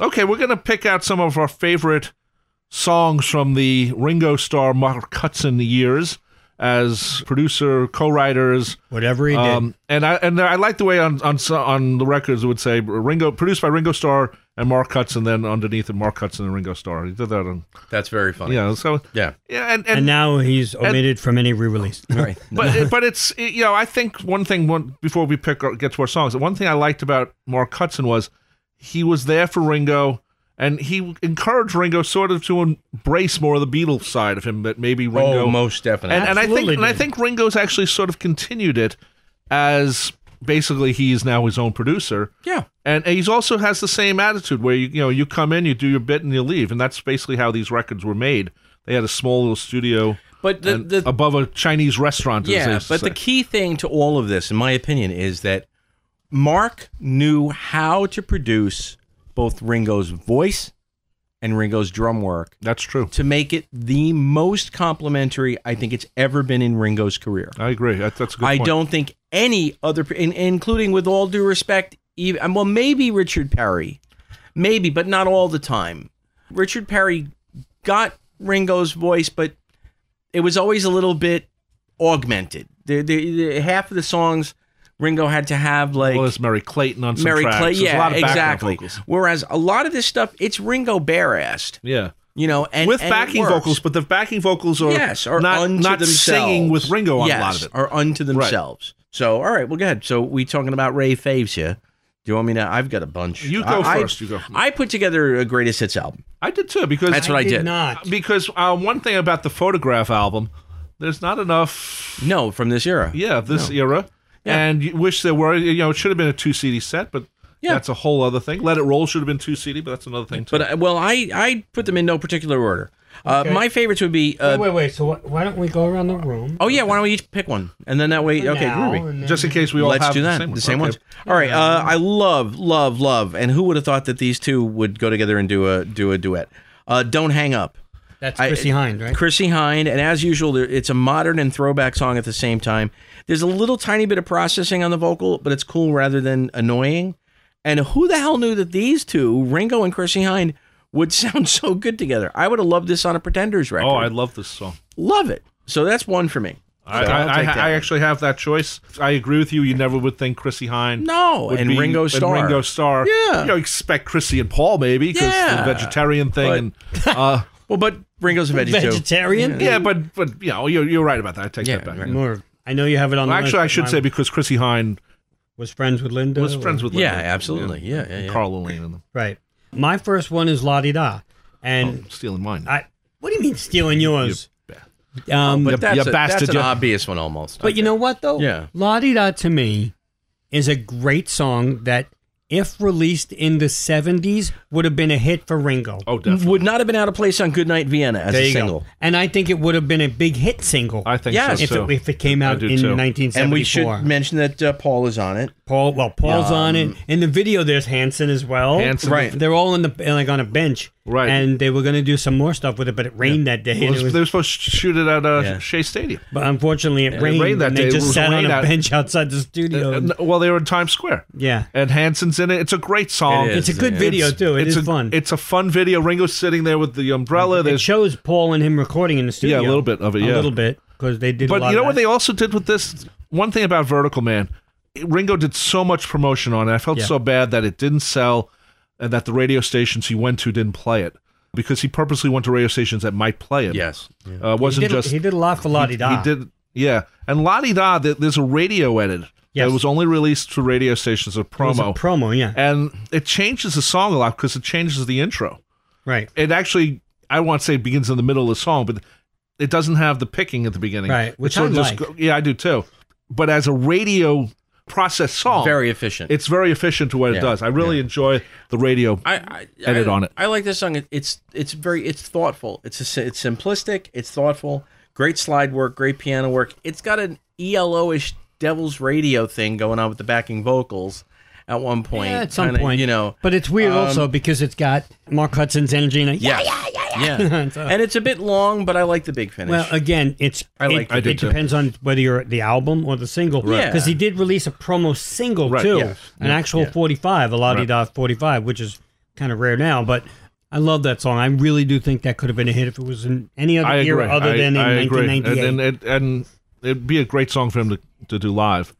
Speaker 2: Okay, we're gonna pick out some of our favorite songs from the Ringo Starr Mark Cutson years as producer, co-writers,
Speaker 3: Whatever he did.
Speaker 2: um, and I and I like the way on on so- on the records it would say Ringo produced by Ringo Starr and Mark Hudson. Then underneath it, Mark Hudson and Ringo Starr. He did that on
Speaker 4: That's very funny.
Speaker 2: yeah. So
Speaker 4: Yeah.
Speaker 2: yeah, and,
Speaker 3: and
Speaker 2: and,
Speaker 3: now he's omitted from any re-release.
Speaker 4: Right.
Speaker 2: but but it's you know I think one thing one before we pick or get to our songs, one thing I liked about Mark Hudson was he was there for Ringo. And he encouraged Ringo sort of to embrace more of the Beatles side of him, that maybe Ringo
Speaker 3: Oh,
Speaker 4: most definitely.
Speaker 2: and, and I think
Speaker 3: Absolutely
Speaker 2: and I
Speaker 3: did.
Speaker 2: think Ringo's actually sort of continued it as basically he is now his own producer.
Speaker 4: Yeah.
Speaker 2: And and he's also has the same attitude where you you know you come in, you do your bit, and you leave, and that's basically how these records were made. They had a small little studio,
Speaker 4: But the-
Speaker 2: and
Speaker 4: the-
Speaker 2: above a Chinese restaurant. as they
Speaker 4: Yeah,
Speaker 2: used to
Speaker 4: but the
Speaker 2: say.
Speaker 4: key thing to all of this, in my opinion, is that Mark knew how to produce both Ringo's voice and Ringo's drum work
Speaker 2: that's true.
Speaker 4: to make it the most complimentary I think it's ever been in Ringo's career.
Speaker 2: I agree. That, that's a good.
Speaker 4: I
Speaker 2: point.
Speaker 4: don't think any other, in, including with all due respect, even and, well, maybe Richard Perry, maybe, but not all the time. Richard Perry got Ringo's voice, but it was always a little bit augmented. The, the, the- half of the songs Ringo had to have like
Speaker 2: Well, there's Mary Clayton on some
Speaker 4: Mary
Speaker 2: tracks.
Speaker 4: Clay,
Speaker 2: There's a
Speaker 4: yeah,
Speaker 2: lot of background
Speaker 4: exactly.
Speaker 2: vocals.
Speaker 4: Whereas a lot of this stuff, it's Ringo bare-assed,
Speaker 2: Yeah.
Speaker 4: you know, and
Speaker 2: with
Speaker 4: and it
Speaker 2: backing
Speaker 4: works.
Speaker 2: vocals, but the backing vocals are
Speaker 4: yes, or
Speaker 2: not
Speaker 4: unto
Speaker 2: not
Speaker 4: themselves.
Speaker 2: singing with Ringo on
Speaker 4: yes,
Speaker 2: a lot of it.
Speaker 4: or unto themselves. So, all right, well, go ahead. So, we talking about Ray faves here. Do you want me to? I've got a bunch.
Speaker 2: You
Speaker 4: I-
Speaker 2: go
Speaker 4: I,
Speaker 2: first, you go.
Speaker 4: I put together a greatest hits album.
Speaker 2: I did too because
Speaker 4: That's what I,
Speaker 3: did
Speaker 4: did.
Speaker 3: not.
Speaker 2: because uh, one thing about the photograph album, there's not enough.
Speaker 4: No, from this era.
Speaker 2: Yeah, this era,
Speaker 4: Yeah.
Speaker 2: and you wish there were. You know, it should have been a two CD set, but
Speaker 4: Yeah.
Speaker 2: that's a whole other thing. Let It Roll should have been two CD, but that's another thing too.
Speaker 4: But uh, well, I I put them in no particular order. Uh, My favorites would be.
Speaker 2: Oh,
Speaker 4: Uh,
Speaker 3: Oh, wait, wait. So wh- why don't we go around the room?
Speaker 4: Oh yeah, why don't we each pick one and then that way? Okay,
Speaker 3: now,
Speaker 4: groovy.
Speaker 3: and then-
Speaker 2: just in case we all
Speaker 4: Let's
Speaker 2: have
Speaker 4: do
Speaker 2: the
Speaker 4: that.
Speaker 2: same,
Speaker 4: ones. All right. Uh, I love, love, love. And who would have thought that these two would go together and do a do a duet? Uh, Don't hang up.
Speaker 3: That's
Speaker 4: I-
Speaker 3: Chrissy Hind, right?
Speaker 4: Chrissy Hind, and as usual, there- it's a modern and throwback song at the same time. There's a little tiny bit of processing on the vocal, but it's cool rather than annoying. And who the hell knew that these two, Ringo and Chrissy Hind, would sound so good together? I would have loved this on a Pretenders record.
Speaker 2: Oh, I love this song.
Speaker 4: love it. So that's one for me.
Speaker 2: I,
Speaker 4: So
Speaker 2: I,
Speaker 4: I'll
Speaker 2: I,
Speaker 4: take that
Speaker 2: I
Speaker 4: one.
Speaker 2: actually have that choice. I agree with you. You never would think Chrissy Hine.
Speaker 4: No,
Speaker 2: would
Speaker 4: and
Speaker 2: be-
Speaker 4: Ringo Starr.
Speaker 2: And Ringo Starr.
Speaker 4: Yeah.
Speaker 2: You know, expect Chrissy and Paul maybe because
Speaker 4: Yeah.
Speaker 2: the vegetarian thing. and uh,
Speaker 4: well, but Ringo's a veggie too.
Speaker 3: Vegetarian?
Speaker 2: Yeah, but but you know, you're, you're right about that. I take
Speaker 4: Yeah,
Speaker 2: that back.
Speaker 4: right.
Speaker 3: More. I know you have it on.
Speaker 2: Well,
Speaker 3: the list,
Speaker 2: actually, I
Speaker 3: but
Speaker 2: should
Speaker 3: mine
Speaker 2: say because Chrissy Hine
Speaker 3: was friends with Linda.
Speaker 2: was
Speaker 3: or-
Speaker 2: friends with
Speaker 4: Yeah,
Speaker 2: Linda.
Speaker 4: absolutely. Yeah, yeah,
Speaker 2: and
Speaker 4: yeah.
Speaker 2: Carl Elaine and them.
Speaker 3: Right. My first one is La Di Da, and
Speaker 4: Oh.
Speaker 2: Stealing mine.
Speaker 3: I. What do you mean stealing yours? Um,
Speaker 4: oh, But that's,
Speaker 2: you
Speaker 4: a, that's
Speaker 2: bastard,
Speaker 4: an
Speaker 2: you-
Speaker 4: obvious one almost.
Speaker 3: But you know what though?
Speaker 4: Yeah.
Speaker 3: La Di Da to me is a great song that if released in the seventies would have been a hit for Ringo.
Speaker 2: Oh, definitely.
Speaker 4: would not have been out of place on Goodnight Vienna as
Speaker 3: there
Speaker 4: a
Speaker 3: you
Speaker 4: single.
Speaker 3: go. And I think it would have been a big hit single.
Speaker 2: I think
Speaker 4: Yes.
Speaker 2: so.
Speaker 3: if,
Speaker 2: too.
Speaker 3: it, if it came out
Speaker 2: do
Speaker 3: in
Speaker 2: too.
Speaker 3: nineteen seventy four.
Speaker 4: And we should mention that uh, Paul is on it.
Speaker 3: Paul well Paul's on it. In the video there's Hanson as well.
Speaker 2: Hanson.
Speaker 4: Right.
Speaker 3: They're all in the like on a bench.
Speaker 2: Right.
Speaker 3: And they were gonna do some more stuff with it, but it rained that day. and
Speaker 2: Well,
Speaker 3: it was-
Speaker 2: they were supposed to shoot it at uh,
Speaker 4: Yeah.
Speaker 2: Shea Stadium.
Speaker 3: but unfortunately it, rained,
Speaker 2: rained that
Speaker 3: and
Speaker 2: day.
Speaker 3: they
Speaker 2: It
Speaker 3: just
Speaker 2: was
Speaker 3: sat on
Speaker 2: rain
Speaker 3: a
Speaker 2: out-
Speaker 3: bench outside the studio.
Speaker 2: Uh, well, they were in Times Square.
Speaker 3: yeah.
Speaker 2: And Hanson's in it. It's a great song.
Speaker 4: It is.
Speaker 3: It's a good
Speaker 4: It's-
Speaker 3: video too. It
Speaker 2: it's a,
Speaker 3: is fun.
Speaker 2: It's a fun video. Ringo's sitting there with the umbrella.
Speaker 3: It
Speaker 2: There's
Speaker 3: shows Paul and him recording in the studio.
Speaker 2: Yeah, a little bit of it, yeah.
Speaker 3: a little bit because they did. a
Speaker 2: But
Speaker 3: lot
Speaker 2: you know
Speaker 3: of
Speaker 2: what
Speaker 3: that.
Speaker 2: they also did with this? One thing about Vertical Man, Ringo did so much promotion on it. I felt
Speaker 3: Yeah.
Speaker 2: so bad that it didn't sell and that the radio stations he went to didn't play it because he purposely went to radio stations that might play it.
Speaker 4: Yes.
Speaker 2: Uh, it wasn't
Speaker 3: he did,
Speaker 2: just.
Speaker 3: he did a lot for La Di Da.
Speaker 2: he did. Yeah. And La Di Da, th- there's a radio edit
Speaker 3: Yes.
Speaker 2: that was only released to radio stations as a
Speaker 3: It was a
Speaker 2: promo.
Speaker 3: promo, yeah,
Speaker 2: and it changes the song a lot because it changes the intro.
Speaker 3: right,
Speaker 2: It actually, I won't say it begins in the middle of the song, but it doesn't have the picking at the beginning.
Speaker 3: Right,
Speaker 2: It
Speaker 3: which
Speaker 2: sort of
Speaker 3: I
Speaker 2: just
Speaker 3: like.
Speaker 2: go- yeah, I do too. But as a radio process song,
Speaker 4: Very efficient.
Speaker 2: it's very efficient to what
Speaker 4: Yeah,
Speaker 2: it does. I really enjoy the radio.
Speaker 4: I, I
Speaker 2: Edit
Speaker 4: I-
Speaker 2: on it.
Speaker 4: I like this song. It- It's it's very it's thoughtful. It's a, si- it's simplistic. It's thoughtful. Great slide work. Great piano work. It's got an ELO-ish Devil's Radio thing going on with the backing vocals at one point.
Speaker 3: yeah, at some
Speaker 4: Kinda,
Speaker 3: point,
Speaker 4: you know.
Speaker 3: But it's weird
Speaker 2: um,
Speaker 3: also because it's got Mark Hudson's energy and a, yeah, yeah,
Speaker 4: yeah, yeah, and it's a bit long, but I like the big finish.
Speaker 3: Well, uh, again, it's
Speaker 4: I
Speaker 3: it,
Speaker 4: like
Speaker 2: I
Speaker 3: it.
Speaker 2: do too.
Speaker 3: depends on whether you're at the album or the single,
Speaker 4: Right.
Speaker 3: Because he did release a promo single
Speaker 2: Right,
Speaker 3: too,
Speaker 2: yes.
Speaker 3: an actual 45, a La Di Da 45, which is kind of rare now. But I love that song. I really do think that could have been a hit if it was in any other
Speaker 2: I agree.
Speaker 3: era other
Speaker 2: I,
Speaker 3: than in
Speaker 2: I agree.
Speaker 3: 1998.
Speaker 2: And, and, and it'd be a great song for him to, to do live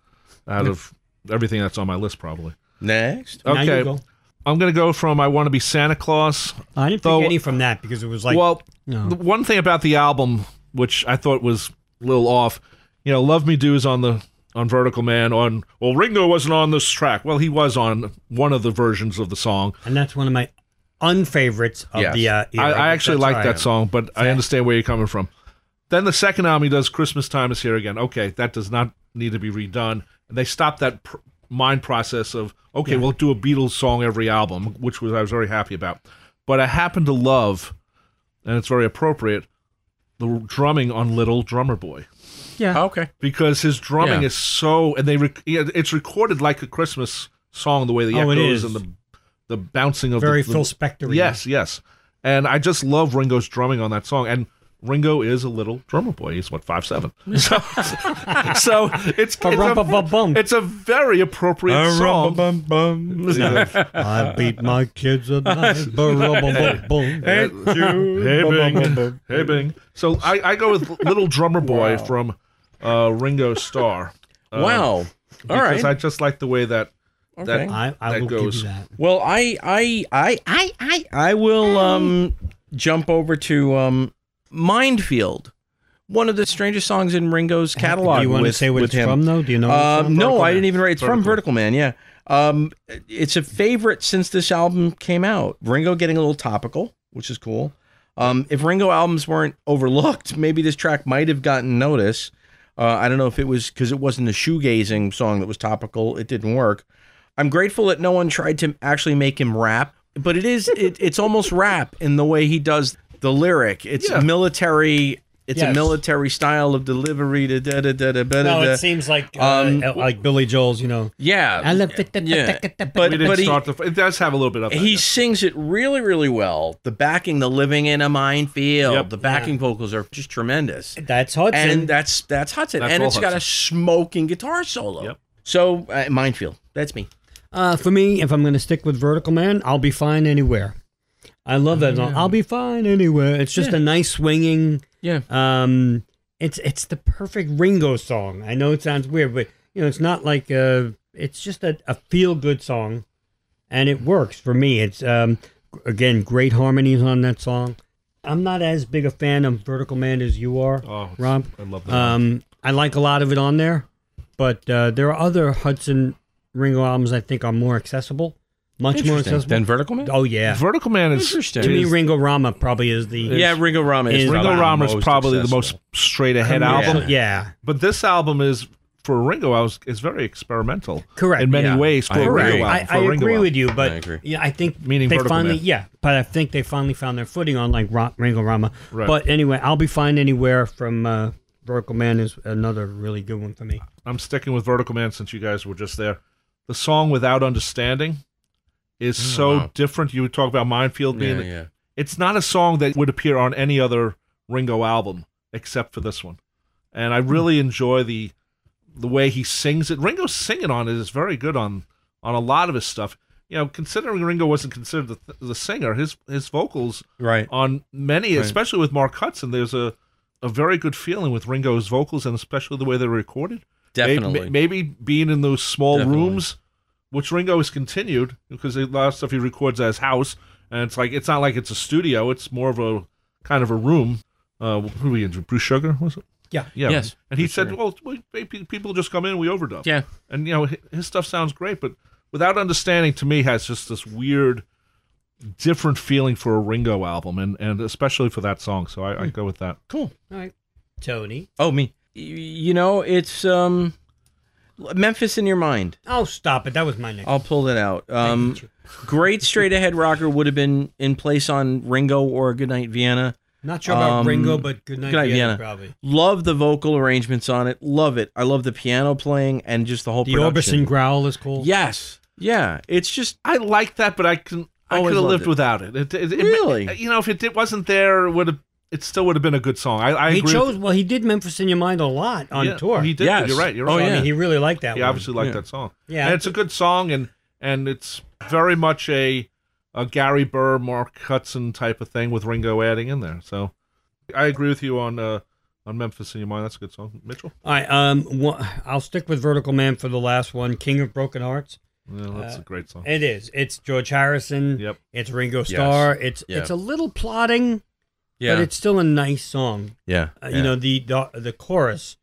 Speaker 2: out of everything that's on my list, probably.
Speaker 4: Next,
Speaker 3: Now you
Speaker 2: Okay.
Speaker 3: go.
Speaker 2: I'm going to go from I Want to Be Santa Claus
Speaker 3: I didn't pick
Speaker 2: Though-
Speaker 3: any from that because it was like
Speaker 2: well,
Speaker 3: No.
Speaker 2: the one thing about the album which I thought was a little off, you know, "Love Me Do" is on the on Vertical Man. On well, Ringo wasn't on this track. Well, he was on one of the versions of the song.
Speaker 3: and that's one of my unfavorites of
Speaker 4: Yes.
Speaker 3: the uh, era.
Speaker 2: I, I
Speaker 3: but
Speaker 2: actually
Speaker 3: that's
Speaker 2: like
Speaker 3: all
Speaker 2: that
Speaker 3: right.
Speaker 2: song, but I understand where you're coming from. Then the second album he does, "Christmas Time Is Here Again." Okay, that does not need to be redone. And they stopped that pr- mind process of okay, we'll do a Beatles song every album, which was I was very happy about. But I happen to love, and it's very appropriate, the drumming on "Little Drummer Boy"
Speaker 3: Yeah.
Speaker 4: okay,
Speaker 2: because his drumming
Speaker 4: Yeah.
Speaker 2: is so, and they rec- yeah, it's recorded like a Christmas song, the way the
Speaker 3: Oh, it
Speaker 2: echoes
Speaker 3: is.
Speaker 2: and the the bouncing of
Speaker 3: Very
Speaker 2: the, the,
Speaker 3: Phil Spector.
Speaker 2: Yes, yes. And I just love Ringo's drumming on that song. And Ringo is a little drummer boy. He's what five seven. So, so it's it's a,
Speaker 3: Ba-rum-ba-ba-bum.
Speaker 2: it's a very appropriate song.
Speaker 3: I beat my kids at night. Ba-rum-bum-bum-bum.
Speaker 2: Hey Bing, hey Bing. So I, I go with Little Drummer Boy from uh, Ringo Starr Uh,
Speaker 4: wow, all
Speaker 2: because
Speaker 4: right.
Speaker 2: I just like the way that that
Speaker 4: Okay.
Speaker 3: I, I
Speaker 2: That
Speaker 3: will
Speaker 2: goes-
Speaker 3: give you that.
Speaker 4: well, I I I I I I will um jump over to um Mindfield, one of the strangest songs in Ringo's catalog.
Speaker 3: Do you want
Speaker 4: with,
Speaker 3: to say what
Speaker 4: with
Speaker 3: it's
Speaker 4: him.
Speaker 3: from though? Do you know? what it's
Speaker 4: Um,
Speaker 3: from?
Speaker 4: no,
Speaker 3: Vertical
Speaker 4: I
Speaker 3: Man.
Speaker 4: didn't even write. It's from Vertical Man. Yeah, um, it's a favorite since this album came out. Ringo getting a little topical, which is cool. Um, if Ringo albums weren't overlooked, maybe this track might have gotten notice. Uh, I don't know if it was because it wasn't a shoegazing song that was topical. It didn't work. I'm grateful that no one tried to actually make him rap, but it is it, it's almost rap in the way he does the lyric. It's
Speaker 2: Yeah.
Speaker 4: military. It's a
Speaker 3: Yes.
Speaker 4: military style of delivery. Da da da da da da.
Speaker 3: No,
Speaker 4: da.
Speaker 3: it seems like uh,
Speaker 4: Um,
Speaker 3: uh, like Billy Joel's. You know.
Speaker 4: Yeah.
Speaker 3: I love it.
Speaker 4: Yeah. But,
Speaker 2: we didn't
Speaker 4: but he,
Speaker 2: start the. It does have a little bit of that,
Speaker 4: he
Speaker 2: yeah.
Speaker 4: sings it really, really well. The backing, the living in a minefield,
Speaker 2: Yep.
Speaker 4: the backing vocals are just tremendous.
Speaker 3: That's Hudson.
Speaker 4: And that's that's Hudson.
Speaker 2: That's
Speaker 4: and
Speaker 2: all
Speaker 4: it's got a smoking guitar solo.
Speaker 2: Yep.
Speaker 4: So, uh, minefield. That's me.
Speaker 3: Uh, for me, if I'm going to stick with Vertical Man, I'll be fine anywhere. I love that song. I'll be fine anywhere. It's just a nice swinging.
Speaker 4: Yeah.
Speaker 3: Um, it's it's the perfect Ringo song. I know it sounds weird, but you know it's not like uh It's just a, a feel good song, and it works for me. It's um, again great harmonies on that song. I'm not as big a fan of Vertical Man as you are,
Speaker 2: Oh, it's-
Speaker 3: Rob.
Speaker 2: I love that.
Speaker 3: Um, I like a lot of it on there, but uh, there are other Hudson Ringo albums I think are more accessible. Much more
Speaker 4: Interesting.
Speaker 3: accessible.
Speaker 4: Then Vertical Man?
Speaker 3: Oh yeah.
Speaker 2: Vertical Man is
Speaker 4: uh, Interesting.
Speaker 3: To me,
Speaker 2: is-
Speaker 3: Ringo Rama probably is the
Speaker 4: yeah, Ringo Rama is
Speaker 3: Is-
Speaker 2: Ringo
Speaker 4: probably
Speaker 2: Rama is
Speaker 4: most
Speaker 2: probably the most
Speaker 4: accessible.
Speaker 2: straight ahead album.
Speaker 3: Yeah.
Speaker 2: But this album is for Ringo. I was is very experimental.
Speaker 3: Correct,
Speaker 2: in many
Speaker 4: yeah.
Speaker 2: ways. For
Speaker 4: I
Speaker 2: a
Speaker 4: agree.
Speaker 2: Ringo
Speaker 3: I,
Speaker 2: album, for
Speaker 3: I
Speaker 2: a Ringo
Speaker 3: agree
Speaker 2: album.
Speaker 3: with you, but
Speaker 4: I agree.
Speaker 3: Yeah, I think
Speaker 2: Meaning
Speaker 3: they
Speaker 2: Vertical
Speaker 3: finally,
Speaker 2: Man.
Speaker 3: yeah, but I think they finally found their footing on like Ra- Ringo Rama.
Speaker 2: Right.
Speaker 3: But anyway, I'll be fine anywhere from uh, Vertical Man is another really good one for me.
Speaker 2: I'm sticking with Vertical Man since you guys were just there. The song Without Understanding is so
Speaker 4: Mm, wow.
Speaker 2: different. You would talk about Minefield being.
Speaker 4: Yeah, yeah.
Speaker 2: It's not a song that would appear on any other Ringo album except for this one, and
Speaker 4: Hmm.
Speaker 2: I really enjoy the the way he sings it. Ringo's singing on it is very good on on a lot of his stuff. You know, considering Ringo wasn't considered the, the singer, his his vocals
Speaker 4: Right.
Speaker 2: on many,
Speaker 4: Right.
Speaker 2: especially with Mark Hudson. There's a a very good feeling with Ringo's vocals, and especially the way they're recorded. May-
Speaker 4: Definitely.
Speaker 2: may- Maybe, being in those small
Speaker 4: Definitely.
Speaker 2: rooms, which Ringo has continued because a lot of stuff he records at his house, and it's like it's not like it's a studio. It's more of a kind of a room. Uh, who we interviewed? Bruce Sugar was it?
Speaker 3: Yeah.
Speaker 2: Yeah.
Speaker 4: Yes,
Speaker 2: And he
Speaker 4: Bruce
Speaker 2: said,
Speaker 4: Sugar.
Speaker 2: "Well, we, maybe people just come in, we overdub."
Speaker 4: Yeah.
Speaker 2: And you know hi- his stuff sounds great, but without understanding, to me, has just this weird, different feeling for a Ringo album, and and especially for that song. So I,
Speaker 4: Hmm.
Speaker 2: I go with that.
Speaker 4: Cool.
Speaker 3: All right, Tony.
Speaker 4: Oh, me. Y- You know, it's um Memphis in your mind.
Speaker 3: Oh, stop it! That was my next.
Speaker 4: I'll pull that out. Um, great straight ahead rocker would have been in place on Ringo or Goodnight Vienna.
Speaker 3: Not sure about
Speaker 4: um,
Speaker 3: Ringo, but Good Night
Speaker 4: Goodnight
Speaker 3: Vienna,
Speaker 4: Vienna.
Speaker 3: probably.
Speaker 4: Love the vocal arrangements on it. Love it. I love the piano playing and just the whole
Speaker 3: The
Speaker 4: production.
Speaker 3: Orbison growl is cool.
Speaker 4: Yes. Yeah. It's just
Speaker 2: I like that, but I can I
Speaker 4: Always
Speaker 2: could have
Speaker 4: loved
Speaker 2: lived
Speaker 4: it.
Speaker 2: without it. It, it, it-
Speaker 4: Really?
Speaker 2: you know, if it, it wasn't there, it would have it still would have been a good song. I, I
Speaker 3: he
Speaker 2: agree
Speaker 3: chose.
Speaker 2: with,
Speaker 3: Well, he did Memphis in Your Mind a lot on
Speaker 2: yeah,
Speaker 3: tour.
Speaker 2: He did.
Speaker 4: Yes.
Speaker 2: You're right. You're
Speaker 4: Oh,
Speaker 2: right.
Speaker 3: I
Speaker 4: yeah.
Speaker 3: mean, he really liked that.
Speaker 2: He
Speaker 3: one.
Speaker 2: obviously liked
Speaker 4: Yeah.
Speaker 2: that song.
Speaker 3: Yeah.
Speaker 2: and it's a good song, and and it's very much a a Gary Burr, Mark Hudson type of thing with Ringo adding in there. So I agree with you on uh, on Memphis in Your Mind. That's a good song, Mitchell.
Speaker 3: All right. Um, one, I'll stick with Vertical Man for the last one. King of Broken Hearts.
Speaker 2: Yeah, that's
Speaker 3: Uh,
Speaker 2: a great song.
Speaker 3: It is. It's George Harrison.
Speaker 2: Yep.
Speaker 3: It's Ringo Starr. It's
Speaker 4: Yeah.
Speaker 3: it's a little plotting,
Speaker 4: yeah.
Speaker 3: but it's still a nice song.
Speaker 4: yeah.
Speaker 3: Uh, You know the, the the chorus,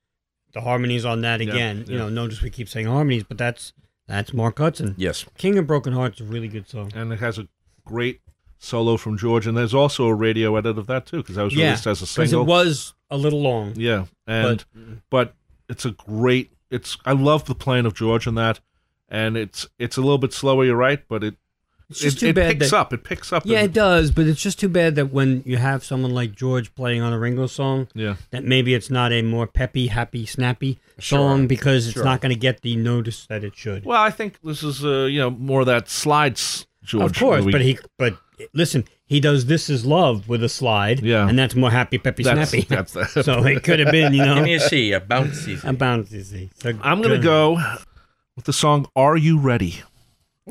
Speaker 3: the harmonies on that
Speaker 2: Yeah,
Speaker 3: again. You
Speaker 2: yeah.
Speaker 3: know, notice we keep saying harmonies, but that's that's Mark Hudson.
Speaker 4: Yes.
Speaker 3: King of Broken Hearts is a really good song.
Speaker 2: and it has a great solo from George. And there's also a radio edit of that too, because that was
Speaker 3: yeah,
Speaker 2: released as a
Speaker 3: 'cause
Speaker 2: single.
Speaker 3: it was a little long.
Speaker 2: yeah, and but, it's a great. It's I love the playing of George in that, and it's it's a little bit slower. You're right, but it
Speaker 3: It's just
Speaker 2: it,
Speaker 3: too
Speaker 2: it
Speaker 3: bad
Speaker 2: picks
Speaker 3: that-
Speaker 2: up. It picks up.
Speaker 3: Yeah, it
Speaker 2: and-
Speaker 3: does, but it's just too bad that when you have someone like George playing on a Ringo song,
Speaker 2: yeah,
Speaker 3: that maybe it's not a more peppy, happy, snappy
Speaker 4: Sure,
Speaker 3: song because it's
Speaker 4: sure.
Speaker 3: not going to get the notice that it should.
Speaker 2: Well, I think this is uh, you know more of that slides George.
Speaker 3: Of course,
Speaker 2: that we-
Speaker 3: but he but listen, he does this is love with a slide,
Speaker 2: Yeah.
Speaker 3: and that's more happy peppy
Speaker 2: that's,
Speaker 3: snappy.
Speaker 2: that's that.
Speaker 3: so it could have been, you
Speaker 4: Give
Speaker 3: know,
Speaker 4: me a C, a bouncy. C.
Speaker 3: a bouncy. Z. So
Speaker 2: I'm gonna go with the song "Are You Ready,"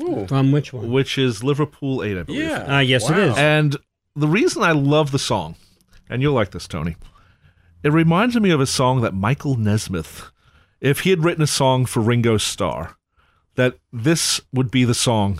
Speaker 4: Ooh.
Speaker 3: from which one?
Speaker 2: which is Liverpool Eight, I believe.
Speaker 4: Yeah.
Speaker 3: Ah, yes, it is.
Speaker 2: And the reason I love the song, and you'll like this, Tony, it reminds me of a song that Michael Nesmith, if he had written a song for Ringo Starr, that this would be the song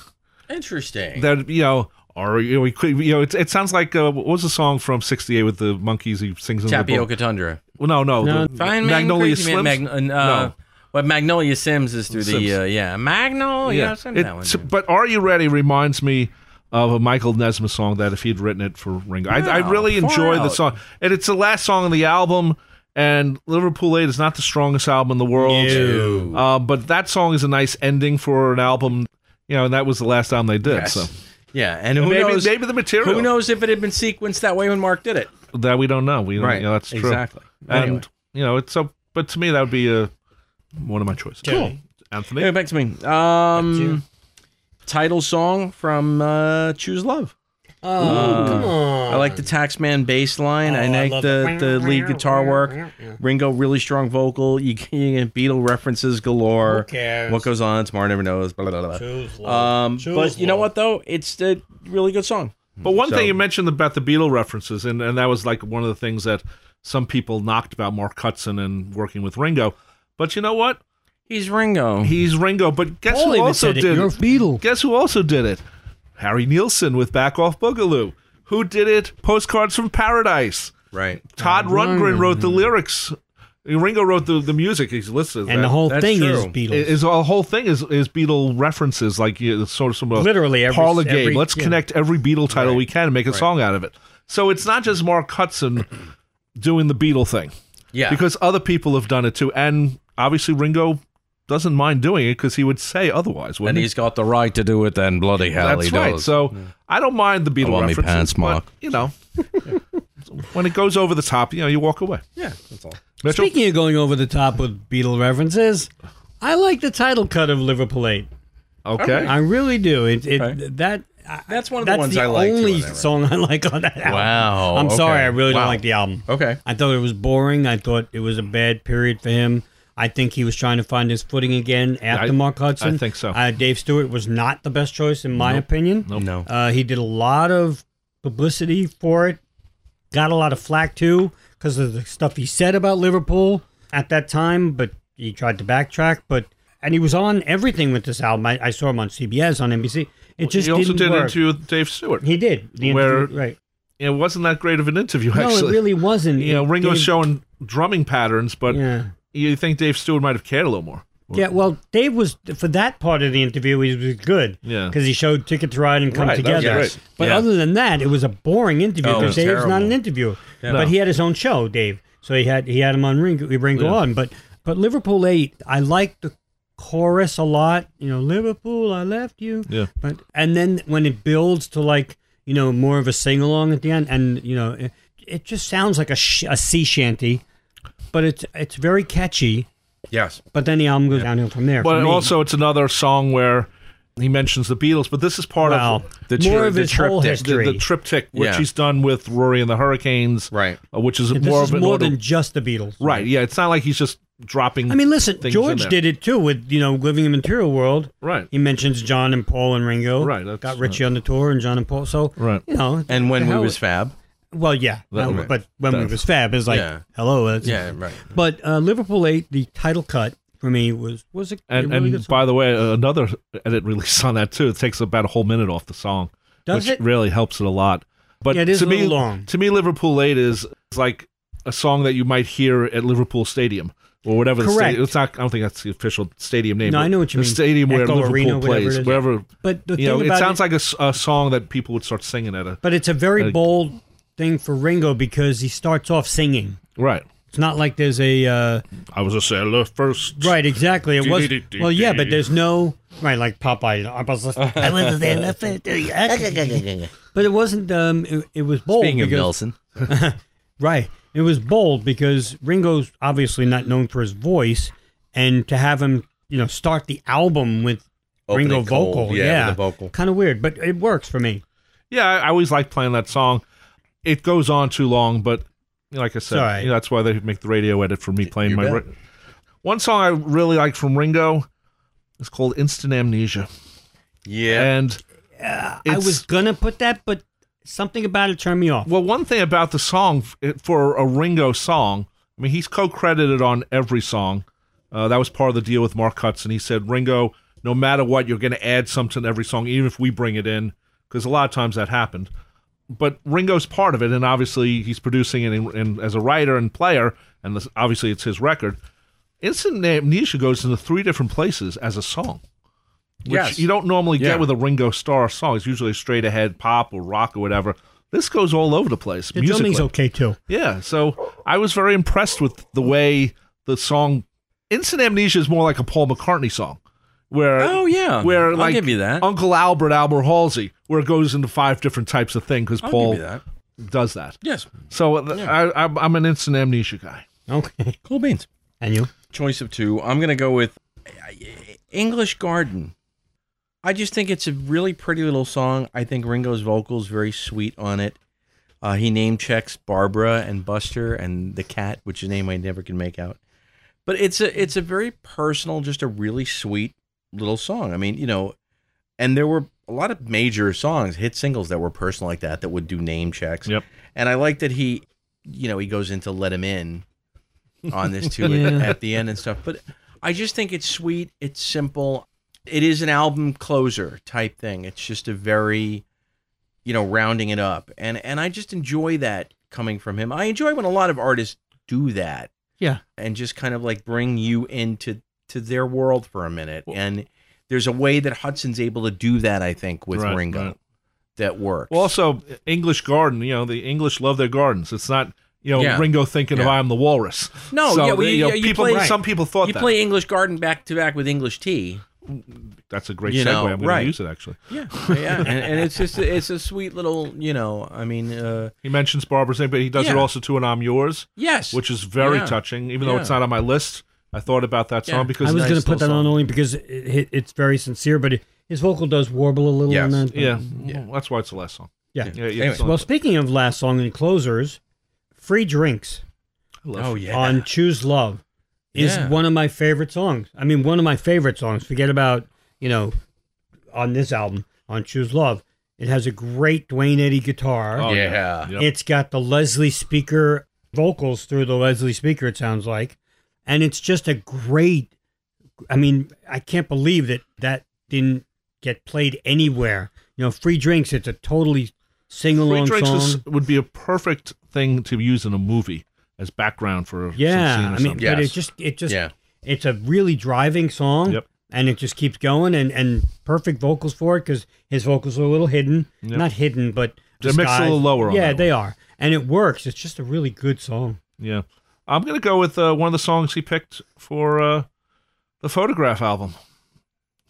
Speaker 4: Interesting.
Speaker 2: that you know. Or you know, we could, you know it, it sounds like uh, what was the song from '68 with the monkeys? He sings in the book.
Speaker 4: Tapioca Tundra.
Speaker 2: Well, no, no,
Speaker 3: No,
Speaker 2: the,
Speaker 4: Fine Man,
Speaker 2: Magnolia
Speaker 4: Crazy Man,
Speaker 2: Slims.
Speaker 4: Magn- uh, uh, Well, Magnolia Sims is through
Speaker 2: Sims.
Speaker 4: the uh, yeah Magnolia.
Speaker 2: yeah,
Speaker 4: Yeah, Sims,
Speaker 2: It-
Speaker 4: that one.
Speaker 2: so- but "Are You Ready" reminds me of a Michael Nesmith song that if he'd written it for Ringo, I, I
Speaker 4: Wow,
Speaker 2: really
Speaker 4: far
Speaker 2: enjoy the
Speaker 4: out.
Speaker 2: song, and it's the last song on the album. And Liverpool Eight is not the strongest album in the world,
Speaker 3: No.
Speaker 2: uh, but that song is a nice ending for an album. You know, and that was the last album they did.
Speaker 4: Yes.
Speaker 2: So
Speaker 4: Yeah, and who
Speaker 2: maybe
Speaker 4: knows?
Speaker 2: maybe the material
Speaker 4: who knows if it had been sequenced that way when Mark did it?
Speaker 2: that we don't know. We don't, you know, that's true.
Speaker 4: Exactly.
Speaker 2: And
Speaker 4: Anyway.
Speaker 2: you know, it's so. But to me, that would be uh one of my choices.
Speaker 3: Cool.
Speaker 2: Anthony.
Speaker 4: Anyway, back to me. Um, title song from uh, Choose Love. Uh,
Speaker 3: Oh, come on!
Speaker 4: I like the Taxman bass line.
Speaker 3: Oh,
Speaker 4: I like
Speaker 3: love
Speaker 4: the,
Speaker 3: it.
Speaker 4: the lead guitar work. Ringo really strong vocal. You, you get Beatle references galore.
Speaker 3: Who cares?
Speaker 4: What goes on? Tomorrow never knows. Blah blah blah. blah.
Speaker 3: Choose love.
Speaker 4: Um,
Speaker 3: Choose
Speaker 4: but you know
Speaker 3: love.
Speaker 4: what though? It's a really good song.
Speaker 2: But one
Speaker 4: So-
Speaker 2: thing you mentioned about the Beatle references, and, and that was like one of the things that some people knocked about Mark Hudson and working with Ringo. But you know what?
Speaker 4: He's Ringo.
Speaker 2: He's Ringo. But guess who also
Speaker 3: said it,
Speaker 2: did it?
Speaker 3: You're a Beatle.
Speaker 2: Guess who also did it? Harry Nielsen with Back Off Boogaloo. Who did it? Postcards from Paradise.
Speaker 4: right.
Speaker 2: Todd Rundgren wrote the lyrics. Ringo wrote the, the music. He's listed
Speaker 3: Uh, and
Speaker 2: that.
Speaker 3: the whole
Speaker 4: that's
Speaker 3: thing is
Speaker 4: true.
Speaker 3: Beatles.
Speaker 2: Is- Is the whole thing is is Beatle references like you know, sort of some of
Speaker 3: Literally every-
Speaker 2: parlor
Speaker 3: every-
Speaker 2: game. Let's
Speaker 3: yeah.
Speaker 2: connect every Beatle title we can and make a song out of it. So it's not just Mark Hudson doing the Beatle thing
Speaker 4: Yeah.
Speaker 2: because other people have done it too, and obviously Ringo doesn't mind doing it because he would say otherwise. Wouldn't
Speaker 5: And
Speaker 2: he?
Speaker 5: he's got the right to do it. Then bloody hell,
Speaker 2: That's
Speaker 5: he
Speaker 2: right.
Speaker 5: does.
Speaker 2: So I don't mind the Beatle
Speaker 5: I want me pants,
Speaker 2: references, but,
Speaker 5: Mark.
Speaker 2: you know, when it goes over the top, you know, you walk away.
Speaker 4: yeah, that's all.
Speaker 2: Mitchell,
Speaker 3: Speaking of going over the top with Beatle references, I like the title cut of Liverpool Eight.
Speaker 2: okay.
Speaker 3: I really do. It, it
Speaker 4: Okay.
Speaker 3: that I-
Speaker 4: That's one of the
Speaker 3: that's
Speaker 4: ones
Speaker 3: the
Speaker 4: I like, too,
Speaker 3: only
Speaker 4: on that record.
Speaker 3: song I like on that album.
Speaker 5: Wow,
Speaker 3: I'm
Speaker 5: okay.
Speaker 3: sorry, I really don't
Speaker 5: Wow.
Speaker 3: like the album.
Speaker 4: Okay.
Speaker 3: I thought it was boring. I thought it was a bad period for him. I think he was trying to find his footing again after
Speaker 2: I-
Speaker 3: Mark Hudson.
Speaker 2: I think so.
Speaker 3: Uh, Dave Stewart was not the best choice, in my opinion.
Speaker 4: No.
Speaker 3: Uh, he did a lot of publicity for it, got a lot of flack too because of the stuff he said about Liverpool at that time. But he tried to backtrack. But and he was on everything with this album. I, I saw him on CBS, on NBC. It just
Speaker 2: he also
Speaker 3: didn't
Speaker 2: did an
Speaker 3: work.
Speaker 2: interview with Dave Stewart.
Speaker 3: He did the
Speaker 2: Where-
Speaker 3: interview, right?
Speaker 2: it wasn't that great of an interview, actually.
Speaker 3: no, it really wasn't.
Speaker 2: you know,
Speaker 3: It
Speaker 2: Ringo's
Speaker 3: gave-
Speaker 2: showing drumming patterns, but
Speaker 3: Yeah.
Speaker 2: you think Dave Stewart might have cared a little more.
Speaker 3: Yeah, well, Dave was for that part of the interview. He was good,
Speaker 2: Yeah.
Speaker 3: because he showed Ticket to Ride and Come
Speaker 2: Right, that was
Speaker 3: Together.
Speaker 2: great.
Speaker 3: But
Speaker 5: Yeah.
Speaker 3: other than that, it was a boring interview
Speaker 5: Oh, it
Speaker 3: because
Speaker 5: was
Speaker 3: Dave's not
Speaker 5: terrible.
Speaker 3: an interviewer. But he had his own show, Dave. So he had he had him on Ringo, Ringo on. But but Liverpool Eight, I liked the chorus a lot. You know, Liverpool, I left you.
Speaker 2: Yeah.
Speaker 3: But and then when it builds to like you know more of a sing along at the end, and you know it, it just sounds like a, sh- a sea shanty, but it's it's very catchy.
Speaker 4: Yes.
Speaker 3: But then the album goes downhill from there. for
Speaker 2: But
Speaker 3: me.
Speaker 2: also, it's another song where he mentions the Beatles, but this is part
Speaker 3: well,
Speaker 2: of
Speaker 5: the
Speaker 3: more
Speaker 5: tri-
Speaker 3: of
Speaker 5: the
Speaker 3: his
Speaker 5: triptych,
Speaker 3: whole
Speaker 2: the,
Speaker 3: history.
Speaker 2: the triptych, which
Speaker 5: Yeah.
Speaker 2: he's done with Rory and the Hurricanes,
Speaker 4: Right.
Speaker 2: uh, which is
Speaker 3: this
Speaker 2: more
Speaker 3: is
Speaker 2: of an
Speaker 3: more
Speaker 2: auto-
Speaker 3: than just the Beatles,
Speaker 2: right. Yeah, it's not like he's just dropping.
Speaker 3: I mean, listen,
Speaker 2: things in
Speaker 3: George
Speaker 2: there.
Speaker 3: did it too with you know living in the material world.
Speaker 2: Right.
Speaker 3: He mentions John and Paul and Ringo.
Speaker 2: Right, that's-
Speaker 3: Got Richie on the tour and John and Paul. So
Speaker 2: Right.
Speaker 3: You know.
Speaker 5: and
Speaker 3: the
Speaker 5: when we
Speaker 3: hell-
Speaker 5: was fab,
Speaker 3: well, yeah.
Speaker 2: That-
Speaker 3: no,
Speaker 2: right.
Speaker 3: But when we
Speaker 2: That-
Speaker 3: was Fab is like
Speaker 5: Yeah.
Speaker 3: hello. That's,
Speaker 5: yeah, right.
Speaker 3: But uh, Liverpool Eight, the title cut for me was was a,
Speaker 2: And,
Speaker 3: a really good
Speaker 2: and
Speaker 3: song.
Speaker 2: by the way, uh, another edit release on that too. It takes about a whole minute off the song,
Speaker 3: Does
Speaker 2: which
Speaker 3: it?
Speaker 2: really helps it a lot. But
Speaker 3: Yeah, it is
Speaker 2: to
Speaker 3: a
Speaker 2: me,
Speaker 3: little long.
Speaker 2: to me, Liverpool Eight is, is like a song that you might hear at Liverpool Stadium or whatever. The
Speaker 3: Correct.
Speaker 2: stadium. It's not. I don't think that's the official stadium name.
Speaker 3: No,
Speaker 2: but
Speaker 3: I know what you
Speaker 2: the
Speaker 3: mean.
Speaker 2: Stadium where
Speaker 3: Echo
Speaker 2: Liverpool
Speaker 3: Arena, whatever it
Speaker 2: plays,
Speaker 3: is.
Speaker 2: wherever.
Speaker 3: But the
Speaker 2: you know, it
Speaker 3: thing about
Speaker 2: sounds like a s- a, song that people would start singing at a
Speaker 3: But it's a very
Speaker 2: Uh,
Speaker 3: bold thing for Ringo because he starts off singing.
Speaker 2: right.
Speaker 3: It's not like there's a uh,
Speaker 2: I was a sailor first.
Speaker 3: right exactly. It was
Speaker 2: Dee-dee-dee-dee.
Speaker 3: well, yeah, but there's no right like Popeye. I was I was there, left it to you. but it wasn't. Um, it, it was bold.
Speaker 4: Oh,
Speaker 5: Speaking of
Speaker 3: because-
Speaker 5: Nelson,
Speaker 3: right? It was bold because Ringo's obviously not known for his voice, and to have him, you know, start the album with
Speaker 4: Opening
Speaker 3: Ringo
Speaker 4: cold,
Speaker 3: vocal,
Speaker 4: yeah,
Speaker 3: yeah,
Speaker 4: with a vocal.
Speaker 3: kind of weird, but it works for me.
Speaker 2: Yeah, I, I always like playing that song. It goes on too long, but you know, like I said,
Speaker 3: It's all right.
Speaker 2: you know, that's why they make the radio edit for me playing
Speaker 4: You
Speaker 2: my.
Speaker 4: bet.
Speaker 2: Ri- One song I really like from Ringo is called "Instant Amnesia,"
Speaker 4: Yeah.
Speaker 2: and
Speaker 3: I was gonna put that, but something about it turned me off.
Speaker 2: well. One thing about the song f- it- for a Ringo song, I mean, he's co-credited on every song. Uh, that was part of the deal with Mark Hudson. He said, "Ringo, no matter what, you're going to add something to every song, even if we bring it in, because a lot of times that happened." but Ringo's part of it, and obviously he's producing it and, and as a writer and player, and this, obviously it's his record. Instant Amnesia goes into three different places as a song, which
Speaker 4: Yes.
Speaker 2: you don't normally
Speaker 4: Yeah.
Speaker 2: get with a Ringo Starr song. It's usually straight ahead pop or rock or whatever. This goes all over the place
Speaker 3: The
Speaker 2: musically.
Speaker 3: drumming's okay too.
Speaker 2: Yeah, so I was very impressed with the way the song Instant Amnesia is more like a Paul McCartney song. Where
Speaker 5: Oh, yeah.
Speaker 2: where
Speaker 5: I'll
Speaker 2: like
Speaker 5: give you that.
Speaker 2: Uncle Albert, Albert Halsey, where it goes into five different types of thing because
Speaker 5: I'll
Speaker 2: Paul
Speaker 5: give you that.
Speaker 2: does that.
Speaker 5: Yes,
Speaker 2: So th- I, I'm, I'm an instant amnesia guy.
Speaker 3: Okay,
Speaker 5: cool beans.
Speaker 3: and you?
Speaker 5: Choice of two. I'm gonna go with
Speaker 4: uh, English Garden. I just think it's a really pretty little song. I think Ringo's vocals very sweet on it. Uh, he name checks Barbara and Buster and the cat, which is a name I never can make out. But it's a it's a very personal, just a really sweet little song. I mean, you know, and there were a lot of major songs, hit singles that were personal like that that would do name checks.
Speaker 2: Yep.
Speaker 4: And I like that he, you know, he goes into "Let Him In" on this too
Speaker 3: Yeah.
Speaker 4: at, at the end and stuff. But I just think it's sweet. It's simple. It is an album closer type thing. It's just a very, you know, rounding it up. And and I just enjoy that coming from him. I enjoy when a lot of artists do that.
Speaker 3: Yeah.
Speaker 4: and just kind of like bring you into to their world for a minute. and there's a way that Hudson's able to do that, I think, with
Speaker 2: Right,
Speaker 4: Ringo
Speaker 2: right.
Speaker 4: that works.
Speaker 2: Well, also English garden. You know, the English love their gardens. It's not you know
Speaker 4: Yeah.
Speaker 2: Ringo thinking of
Speaker 4: Yeah.
Speaker 2: I'm the walrus.
Speaker 4: No,
Speaker 2: So,
Speaker 4: yeah, well,
Speaker 2: they-
Speaker 4: you-
Speaker 2: you know,
Speaker 4: yeah, you
Speaker 2: people.
Speaker 4: play-
Speaker 2: Some people thought
Speaker 4: you
Speaker 2: that.
Speaker 4: play English Garden back to back with English tea.
Speaker 2: That's a great
Speaker 4: you
Speaker 2: segue.
Speaker 4: know,
Speaker 2: I'm going
Speaker 4: right.
Speaker 2: to use it actually.
Speaker 4: Yeah, yeah, and, and it's just it's a sweet little, you know, I mean, uh,
Speaker 2: He mentions Barbara's name, but he does it
Speaker 4: Yeah.
Speaker 2: also to "And I'm Yours,"
Speaker 4: yes,
Speaker 2: which is very
Speaker 4: Yeah.
Speaker 2: touching. Even though it's
Speaker 4: Yeah.
Speaker 2: not on my list, I thought about that
Speaker 4: Yeah.
Speaker 2: song because
Speaker 3: I was
Speaker 2: it's a
Speaker 3: going
Speaker 2: nice
Speaker 3: to put that
Speaker 2: little
Speaker 3: on
Speaker 2: song.
Speaker 3: only because it, it, it's very sincere, but it, his vocal does warble a little.
Speaker 5: Yes.
Speaker 3: On that, but-
Speaker 2: Yeah, well, that's why it's the last song.
Speaker 3: Yeah.
Speaker 2: yeah. yeah
Speaker 5: Anyway.
Speaker 2: it's on-
Speaker 3: Well, speaking of last song and closers, free drinks
Speaker 2: I love-
Speaker 5: Oh yeah.
Speaker 3: on Choose Love is
Speaker 5: Yeah.
Speaker 3: one of my favorite songs. I mean, one of my favorite songs. Forget about you know, on this album on Choose Love, it has a great Dwayne Eddy guitar.
Speaker 2: Oh,
Speaker 5: Yeah.
Speaker 2: Yep.
Speaker 3: It's got the Leslie speaker vocals through the Leslie speaker, it sounds like. And it's just a great, I mean, I can't believe that that didn't get played anywhere. You know, Free Drinks, it's a totally sing
Speaker 2: Free
Speaker 3: along
Speaker 2: drinks
Speaker 3: song.
Speaker 2: is, would be a perfect thing to use in a movie as background for some scene or
Speaker 3: yeah. I mean,
Speaker 2: something.
Speaker 3: but it
Speaker 5: Yes.
Speaker 3: just, it just,
Speaker 5: Yeah.
Speaker 3: it's a really driving song.
Speaker 2: Yep.
Speaker 3: And it just keeps going and, and perfect vocals for it because his vocals are a little hidden.
Speaker 2: Yep.
Speaker 3: Not hidden, but
Speaker 2: They're mixed a
Speaker 3: disguised.
Speaker 2: little lower on
Speaker 3: Yeah,
Speaker 2: that
Speaker 3: they are. And it works. It's just a really good song.
Speaker 2: Yeah. I'm going to go with uh, one of the songs he picked for uh, the Photograph album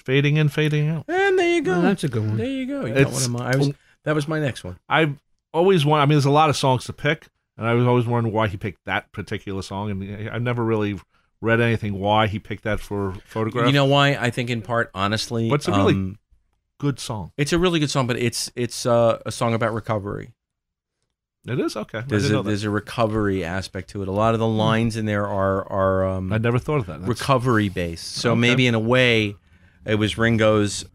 Speaker 2: Fading In, Fading Out.
Speaker 4: and there you go,
Speaker 3: Oh, that's a good one.
Speaker 4: there you go. You got
Speaker 2: It's-
Speaker 4: one of my, I was, that was my next one.
Speaker 2: I always want, I mean, there's a lot of songs to pick, and I was always wondering why he picked that particular song. And I- I've never really read anything why he picked that for Photograph.
Speaker 4: You know why? I think in part, honestly,
Speaker 2: But it's a really-
Speaker 4: um,
Speaker 2: good song.
Speaker 4: it's a really good song, but it's it's uh, a song about recovery.
Speaker 2: It is? Okay. I
Speaker 4: There's
Speaker 2: didn't
Speaker 4: a
Speaker 2: know that.
Speaker 4: there's a recovery aspect to it. A lot of the lines in there are are um,
Speaker 2: I never thought of that. That's-
Speaker 4: recovery based. So
Speaker 2: Okay.
Speaker 4: maybe in a way, it was Ringo's,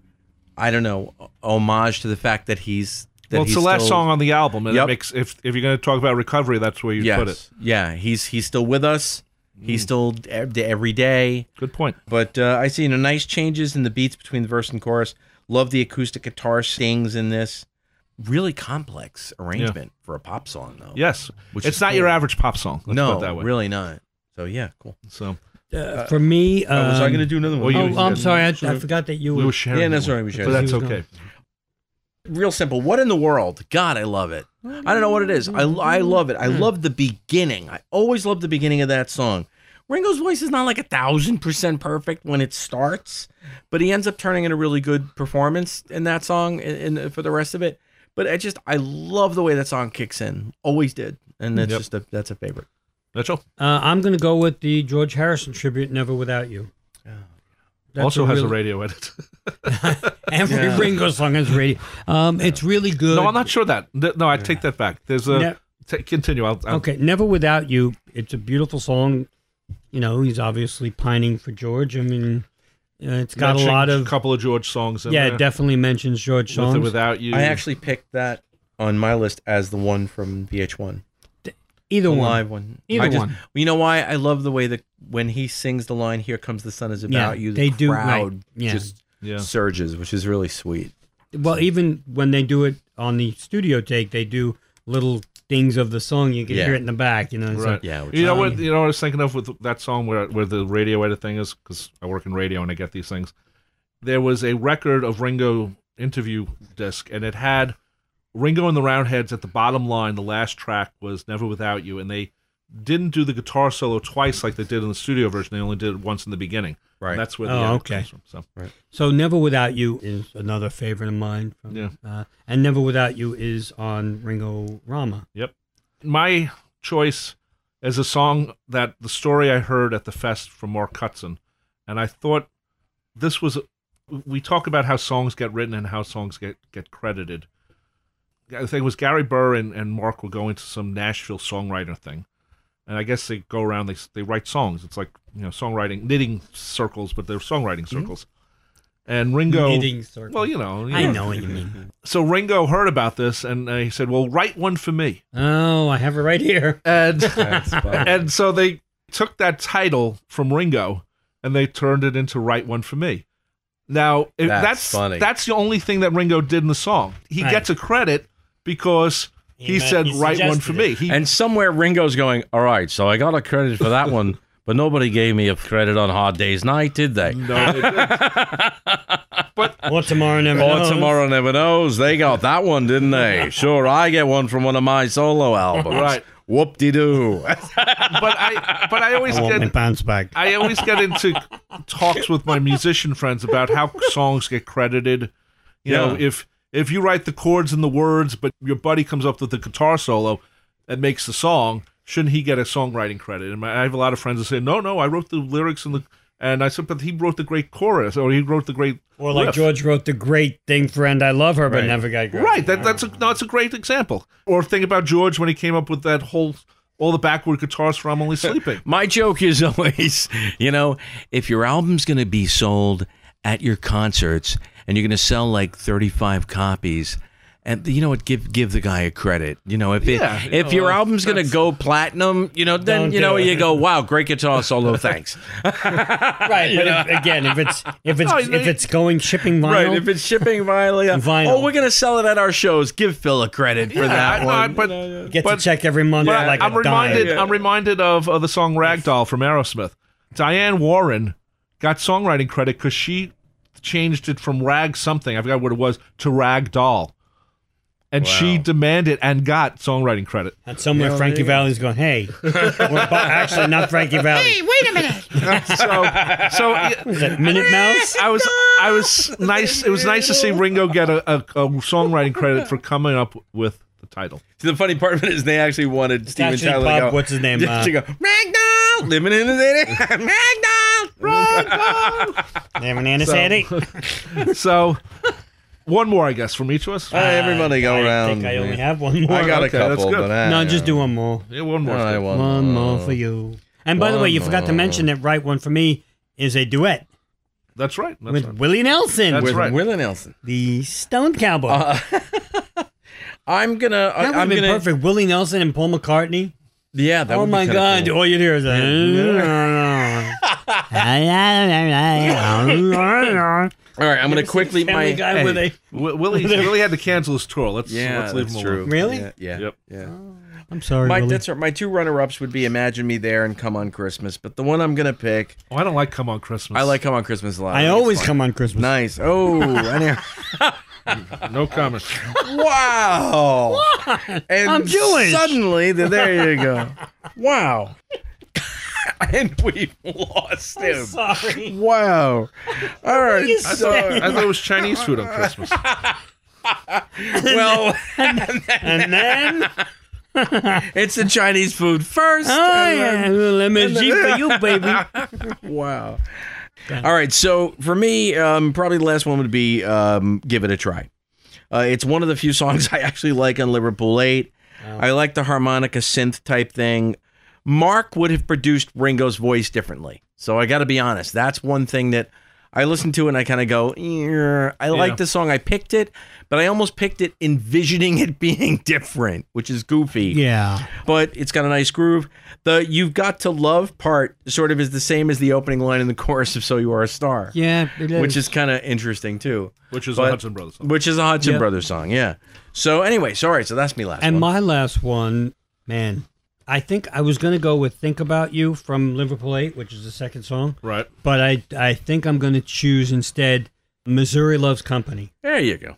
Speaker 4: I don't know, homage to the fact that he's that
Speaker 2: well, it's
Speaker 4: he's
Speaker 2: the last
Speaker 4: still-
Speaker 2: song on the album, and
Speaker 4: Yep.
Speaker 2: it makes if if you're going to talk about recovery, that's where you
Speaker 4: Yes,
Speaker 2: put it. Mm.
Speaker 4: yeah, he's he's still with us. He's still ev- every day.
Speaker 2: Good point.
Speaker 4: But uh, I see you know, nice changes in the beats between the verse and chorus. Love the acoustic guitar stings in this. Really complex arrangement for a pop song, though.
Speaker 2: Yes,
Speaker 4: Which
Speaker 2: it's
Speaker 4: is
Speaker 2: not your
Speaker 4: cool.
Speaker 2: average pop song. Let's put
Speaker 4: no,
Speaker 2: it that way.
Speaker 4: really not. So yeah, cool.
Speaker 2: So
Speaker 3: Uh, for me,
Speaker 2: Oh,
Speaker 3: um,
Speaker 5: was I going to do another
Speaker 2: well,
Speaker 5: one?
Speaker 2: you-
Speaker 3: Oh,
Speaker 4: um,
Speaker 3: I'm
Speaker 2: Yeah.
Speaker 3: sorry, I, I forgot that you
Speaker 2: we
Speaker 3: were.
Speaker 2: were sharing.
Speaker 4: Yeah,
Speaker 2: that
Speaker 4: that's
Speaker 2: one.
Speaker 4: right, we shared
Speaker 2: But
Speaker 4: that.
Speaker 2: that's
Speaker 3: He was
Speaker 2: okay.
Speaker 4: real simple. What in the world? God, I love it. I don't know what it is. I, I love it. I love the beginning. I always love the beginning of that song. Ringo's voice is not like a thousand percent perfect when it starts, but he ends up turning in a really good performance in that song and, and for the rest of it. But I just I love the way that song kicks in. Always did, and that's
Speaker 2: Yep.
Speaker 4: just a that's a favorite.
Speaker 2: Mitchell
Speaker 3: Uh, I'm going to go with the George Harrison tribute, "Never Without You." That's
Speaker 2: also has
Speaker 3: really-
Speaker 2: a radio edit.
Speaker 3: Every Ringo song has a radio. Um, It's really good.
Speaker 2: no, I'm not sure that. Th- No, I take that back. There's a
Speaker 3: Yeah.
Speaker 2: ta- continue. I'll, I'll,
Speaker 3: Okay, "Never Without You." It's a beautiful song. You know, he's obviously pining for George. I mean, uh, it's got a
Speaker 2: mention
Speaker 3: lot of
Speaker 2: couple of George songs. In
Speaker 3: yeah.
Speaker 2: there.
Speaker 3: It definitely mentions George
Speaker 2: With
Speaker 3: songs.
Speaker 2: or without you.
Speaker 4: I actually picked that on my list as the one from VH1.
Speaker 3: Either
Speaker 4: the
Speaker 3: one.
Speaker 4: live one.
Speaker 3: Either
Speaker 4: I just-
Speaker 3: one.
Speaker 4: You know why I love the way that when he sings the line "Here comes the sun" is about you. The
Speaker 3: they do, right.
Speaker 4: crowd
Speaker 3: Yeah.
Speaker 4: just
Speaker 2: yeah.
Speaker 4: surges, which is really sweet.
Speaker 3: Well, even when they do it on the studio take, they do little things of the song. You can
Speaker 4: Yeah.
Speaker 3: hear it in the back. You know, it's
Speaker 2: Right.
Speaker 3: like,
Speaker 4: Yeah, which
Speaker 2: You know
Speaker 3: is-
Speaker 2: what? You know what I was thinking of with that song where where the radio edit thing is because I work in radio and I get these things. There was a record of Ringo interview disc, and it had Ringo and the Roundheads at the bottom line. The last track was "Never Without You," and they didn't do the guitar solo twice like they did in the studio version. They only did it once in the beginning.
Speaker 4: Right.
Speaker 2: And that's where the
Speaker 3: Oh,
Speaker 2: edit
Speaker 3: okay.
Speaker 2: comes from. So
Speaker 3: So Never Without You is another favorite of mine. From,
Speaker 2: Yeah.
Speaker 3: Uh, and Never Without You is on Ringo Rama.
Speaker 2: my choice is a song that the story I heard at the fest from Mark Cutson, and I thought this was. We talk about how songs get written and how songs get get credited. I think it was Gary Burr and, and Mark were going to some Nashville songwriter thing, and I guess they go around they they write songs. It's like you know songwriting knitting circles, but they're songwriting circles. And Ringo,
Speaker 3: Mm-hmm. Knitting circle.
Speaker 2: well, you know, you
Speaker 3: I know what you mean.
Speaker 2: So Ringo heard about this and uh, he said, "Well, write one for me."
Speaker 3: Oh, I have it right here.
Speaker 2: And
Speaker 4: fun.
Speaker 2: and so they took that title from Ringo and they turned it into "Write One for Me." Now if
Speaker 4: That's
Speaker 2: that's
Speaker 4: funny.
Speaker 2: that's the only thing that Ringo did in the song. He
Speaker 3: Right.
Speaker 2: gets a credit because He,
Speaker 3: meant-
Speaker 2: said,
Speaker 3: he
Speaker 2: "Write one for
Speaker 3: suggested
Speaker 2: me."
Speaker 3: it.
Speaker 2: He,
Speaker 4: And somewhere Ringo's going, all right, so I got a credit for that one, but nobody gave me a credit on Hard Day's Night, did they?
Speaker 3: Mm.
Speaker 2: no, they didn't.
Speaker 3: Well, tomorrow never
Speaker 4: Or
Speaker 3: knows.
Speaker 4: Tomorrow Never Knows. They got that one, didn't they? Sure, I get one from one of my solo albums.
Speaker 2: Right.
Speaker 4: Whoop de doo.
Speaker 2: but I but I always
Speaker 3: I want my
Speaker 2: get
Speaker 3: pants back.
Speaker 2: I always get into talks with my musician friends about how songs get credited. You know,
Speaker 4: Yeah.
Speaker 2: if if you write the chords and the words, but your buddy comes up with the guitar solo and makes the song, shouldn't he get a songwriting credit? And my, I have a lot of friends that say, "No, no, I wrote the lyrics and the." And I said, but he wrote the great chorus, or he wrote the great.
Speaker 3: Or like
Speaker 2: riff."
Speaker 3: George wrote the great thing, friend. I love her, but
Speaker 2: Right.
Speaker 3: never got good.
Speaker 2: Right. That, that's a no, it's a great example. Or think about George when he came up with that whole all the backward guitars for "I'm Only Sleeping."
Speaker 4: My joke is always,
Speaker 6: You know, if your album's going to be sold at your concerts and you're going to sell like 35 copies, and you know what? Give give the guy a credit. You know, if it,
Speaker 2: Yeah,
Speaker 6: if your album's going to go platinum, you know, then
Speaker 3: Don't
Speaker 6: you know
Speaker 3: do it.
Speaker 6: you go, wow, great guitar solo, thanks.
Speaker 3: Right. But if, again, if it's if it's
Speaker 2: No,
Speaker 3: if it's going shipping vinyl,
Speaker 6: Right, if it's shipping vinyl,
Speaker 3: Vinyl.
Speaker 6: oh, we're gonna sell it at our shows. Give Phil a credit for that
Speaker 2: I- no,
Speaker 6: one.
Speaker 2: I- but
Speaker 3: get
Speaker 2: but-
Speaker 3: to check every month.
Speaker 2: But
Speaker 3: like
Speaker 2: I'm
Speaker 3: a dime.
Speaker 2: reminded. I'm reminded of, of the song "Ragdoll" from Aerosmith. Diane Warren got songwriting credit because she changed it from "rag" something I forgot what it was to "rag doll," and she demanded and got songwriting credit.
Speaker 3: And somewhere Frankie Valley's going, hey, we're bu- actually not Frankie Valley.
Speaker 2: So, so yeah,
Speaker 3: Is that Minute Mouse?
Speaker 2: I was I was nice. It was nice to see Ringo get a, a, a songwriting credit for coming up with the title.
Speaker 4: the funny part of it is they actually wanted Steven
Speaker 3: actually
Speaker 4: Tyler
Speaker 3: Bob-
Speaker 4: to go,
Speaker 3: what's his name, uh,
Speaker 4: to go, Ragdoll, living in the city, Ragdoll,
Speaker 3: They have an Anasati?
Speaker 2: So, one more, I guess, from each of us.
Speaker 4: Uh, everybody go
Speaker 3: I
Speaker 4: around.
Speaker 3: think I only have one more.
Speaker 4: I got
Speaker 2: Okay,
Speaker 4: a
Speaker 2: that's
Speaker 4: couple,
Speaker 2: good.
Speaker 4: but I,
Speaker 3: no, just do one more.
Speaker 2: Yeah, one more.
Speaker 4: All right, one,
Speaker 3: One more for you. And by the way, you
Speaker 4: One
Speaker 3: forgot to
Speaker 4: more.
Speaker 3: mention that right one for me is a duet
Speaker 2: That's right. That's
Speaker 3: with
Speaker 2: right.
Speaker 3: Willie Nelson,
Speaker 2: That's
Speaker 4: with
Speaker 2: right.
Speaker 4: Willie Nelson.
Speaker 3: the Stone Cowboy. that
Speaker 4: I'm gonna. Uh, I,
Speaker 3: would
Speaker 4: I'm
Speaker 3: have been
Speaker 4: gonna.
Speaker 3: perfect. Willie Nelson and Paul McCartney.
Speaker 4: Yeah, that
Speaker 3: oh
Speaker 4: would be
Speaker 3: my
Speaker 4: kinda
Speaker 3: God!
Speaker 4: cool.
Speaker 3: All you hear is that.
Speaker 4: All right, I'm gonna quickly
Speaker 3: Family
Speaker 4: my.
Speaker 3: guy with a.
Speaker 2: Wi- Willie Willie had to cancel his tour. Let's
Speaker 4: yeah,
Speaker 2: let's leave
Speaker 4: that's
Speaker 2: him
Speaker 4: true.
Speaker 2: alone.
Speaker 3: Really?
Speaker 4: Yeah. Yeah.
Speaker 2: Yep.
Speaker 4: yeah.
Speaker 3: I'm sorry,
Speaker 4: My
Speaker 3: Willie.
Speaker 4: that's right. My two runner-ups would be "Imagine Me There" and "Come on Christmas," but the one I'm gonna pick,
Speaker 2: Oh, I don't like Come on Christmas.
Speaker 4: I like "Come on Christmas" a lot.
Speaker 3: I
Speaker 4: think it's
Speaker 3: always
Speaker 4: fun.
Speaker 3: come on Christmas.
Speaker 4: Nice. Oh, anyhow.
Speaker 2: no comment.
Speaker 4: wow! And
Speaker 3: I'm Jewish.
Speaker 4: Suddenly, th- there you go. Wow. and we've lost him.
Speaker 3: Sorry.
Speaker 4: Wow. All right. So,
Speaker 2: I thought it was Chinese food on Christmas.
Speaker 4: well,
Speaker 3: And then,
Speaker 4: it's the Chinese food first.
Speaker 3: oh
Speaker 4: and
Speaker 3: yeah,
Speaker 4: then-
Speaker 3: MSG for you, baby.
Speaker 4: Wow. All right. So for me, um, probably the last one would be um, Give It a Try. Uh, it's one of the few songs I actually like on Liverpool 8. I like the harmonica synth type thing. Mark would have produced Ringo's voice differently. So I got to be honest. That's one thing that I listen to and I kind of go, "Eh, I like the song. I picked it, but I almost picked it envisioning it being different, which is goofy
Speaker 3: Yeah.
Speaker 4: but it's got a nice groove. The you've got to love part sort of is the same as the opening line in the chorus of So You Are a Star.
Speaker 3: Yeah.
Speaker 4: Which is kind of interesting too.
Speaker 2: Which is a
Speaker 4: But-
Speaker 2: Hudson Brothers song.
Speaker 4: Which is a Hudson Brothers song, yeah. So anyway, sorry, so that's me last
Speaker 3: and
Speaker 4: one.
Speaker 3: my last one, man. I think I was gonna go with "Think About You" from Liverpool Eight, which is the second song,
Speaker 2: Right.
Speaker 3: but I I think I'm gonna choose instead "Missouri Loves Company."
Speaker 4: there you go.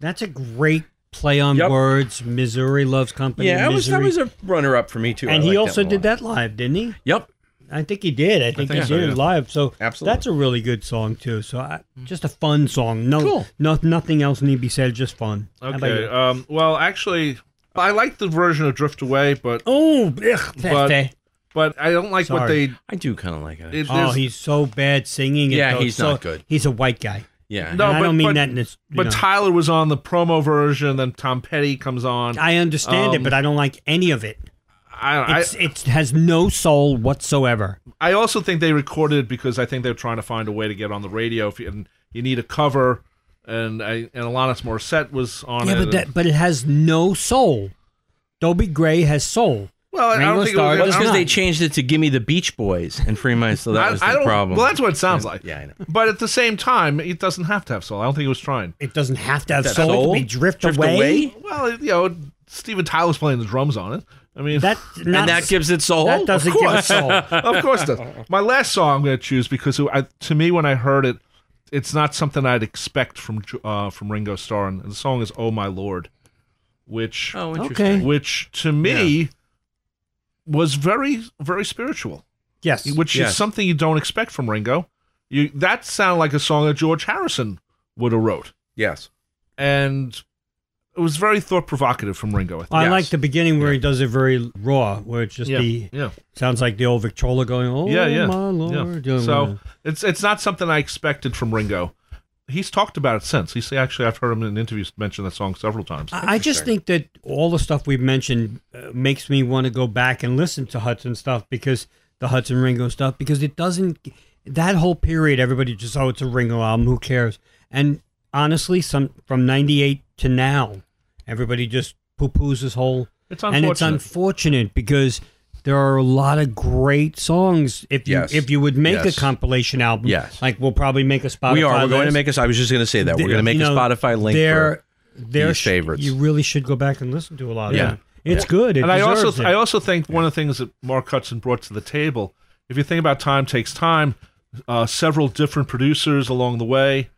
Speaker 3: That's a great play on
Speaker 4: Yep.
Speaker 3: words. "Missouri Loves Company."
Speaker 4: Yeah, that was that
Speaker 3: misery.
Speaker 4: was a runner up for me too. I
Speaker 3: and he
Speaker 4: like
Speaker 3: also
Speaker 4: one a
Speaker 3: did
Speaker 4: lot.
Speaker 3: that live, didn't he?
Speaker 4: Yep.
Speaker 3: I think he did. I think,
Speaker 2: think
Speaker 3: he
Speaker 2: so,
Speaker 3: did
Speaker 2: yeah.
Speaker 3: it live. So
Speaker 4: Absolutely.
Speaker 3: that's a really good song too. So I, just a fun song. No,
Speaker 4: Cool.
Speaker 3: no, nothing else need be said. Just fun. How about
Speaker 2: Okay.
Speaker 3: you?
Speaker 2: Um, well, actually, I like the version of Drift Away, but
Speaker 3: Oh, ugh, Pepe.
Speaker 2: but I don't like what
Speaker 3: Sorry.
Speaker 2: they.
Speaker 4: I do kind of like it.
Speaker 2: It,
Speaker 3: oh,
Speaker 2: there's-
Speaker 3: he's so bad singing. It
Speaker 4: Yeah,
Speaker 3: though.
Speaker 4: he's
Speaker 3: So-
Speaker 4: not good.
Speaker 3: He's a white guy.
Speaker 4: yeah.
Speaker 2: No,
Speaker 3: and I
Speaker 2: but-
Speaker 3: don't mean
Speaker 2: but-
Speaker 3: that in this.
Speaker 2: but Tyler was on the promo version, then Tom Petty comes on. I
Speaker 3: I understand it,
Speaker 2: um,
Speaker 3: but I don't like any of it.
Speaker 2: I,
Speaker 3: It's it has no soul whatsoever.
Speaker 2: I also think they recorded it because I think they're trying to find a way to get on the radio, if you, and you need a cover. And I and Alanis Morissette was on
Speaker 3: Yeah,
Speaker 2: it.
Speaker 3: but
Speaker 2: and-
Speaker 3: that but it has no soul. Dobie Gray has soul.
Speaker 2: well, I
Speaker 3: Ringo
Speaker 2: don't think
Speaker 3: Starr
Speaker 2: it
Speaker 4: Well,
Speaker 2: was,
Speaker 4: it's
Speaker 2: I
Speaker 3: does
Speaker 2: don't-
Speaker 3: not.
Speaker 4: because they changed it to "Gimme the Beach Boys" and "Free My Soul." That was the
Speaker 2: don't,
Speaker 4: problem.
Speaker 2: Well, that's what it sounds like.
Speaker 4: yeah, I know.
Speaker 2: But at the same time, it doesn't have to have soul. I don't think it was trying.
Speaker 3: It doesn't have to have
Speaker 4: That
Speaker 3: soul,
Speaker 4: soul?
Speaker 3: to be drift,
Speaker 4: Drift
Speaker 3: away.
Speaker 4: Away?
Speaker 2: Well, you know, Steven Tyler's playing the drums on it. I mean,
Speaker 3: That not,
Speaker 5: and that gives it soul.
Speaker 3: that doesn't give a soul.
Speaker 2: of course it does. My last song I'm going to choose because it- I, to me, when I heard it, it's not something I'd expect from uh, from Ringo Starr, and the song is "Oh My Lord," which
Speaker 5: oh, interesting.
Speaker 3: Okay.
Speaker 2: which to me was very very spiritual,
Speaker 3: Yes.
Speaker 2: which
Speaker 5: Yes.
Speaker 2: is something you don't expect from Ringo. You that sounded like a song that George Harrison would have wrote,
Speaker 5: Yes.
Speaker 2: and it was very thought provocative from Ringo. I think.
Speaker 3: I
Speaker 5: Yes.
Speaker 3: like the beginning where he does it very raw, where it's just the
Speaker 2: yeah.
Speaker 3: sounds like the old Victrola going, "Oh
Speaker 2: yeah, yeah,
Speaker 3: my
Speaker 2: yeah.
Speaker 3: lord." you know,
Speaker 2: So it's it's not something I expected from Ringo. He's talked about it since. He's actually I've heard him in interviews mention that song several times.
Speaker 3: I I just think that all the stuff we've mentioned uh, makes me want to go back and listen to Hudson stuff because the Hudson Ringo stuff because it doesn't that whole period everybody just oh it's a Ringo album who cares and honestly some from 98 to now everybody just poo poos this whole
Speaker 2: It's
Speaker 3: and it's
Speaker 2: unfortunate.
Speaker 3: unfortunate because there are a lot of great songs if you
Speaker 5: Yes.
Speaker 3: if you would make
Speaker 5: Yes.
Speaker 3: a compilation album
Speaker 5: Yes.
Speaker 3: like we'll probably make a Spotify
Speaker 5: we are. We're going to
Speaker 3: list
Speaker 5: make us. I was just going to say that we're going to make
Speaker 3: you
Speaker 5: a
Speaker 3: know,
Speaker 5: Spotify link.
Speaker 3: There,
Speaker 5: for-
Speaker 3: there
Speaker 5: these
Speaker 3: sh-
Speaker 5: favorites.
Speaker 3: You really should go back and listen to a lot of
Speaker 5: Yeah.
Speaker 3: them. It's good. It
Speaker 2: and I also
Speaker 3: deserves
Speaker 2: I
Speaker 3: it.
Speaker 2: also think one of the things that Mark Hudson brought to the table, if you think about time takes time, uh, several different producers along the way,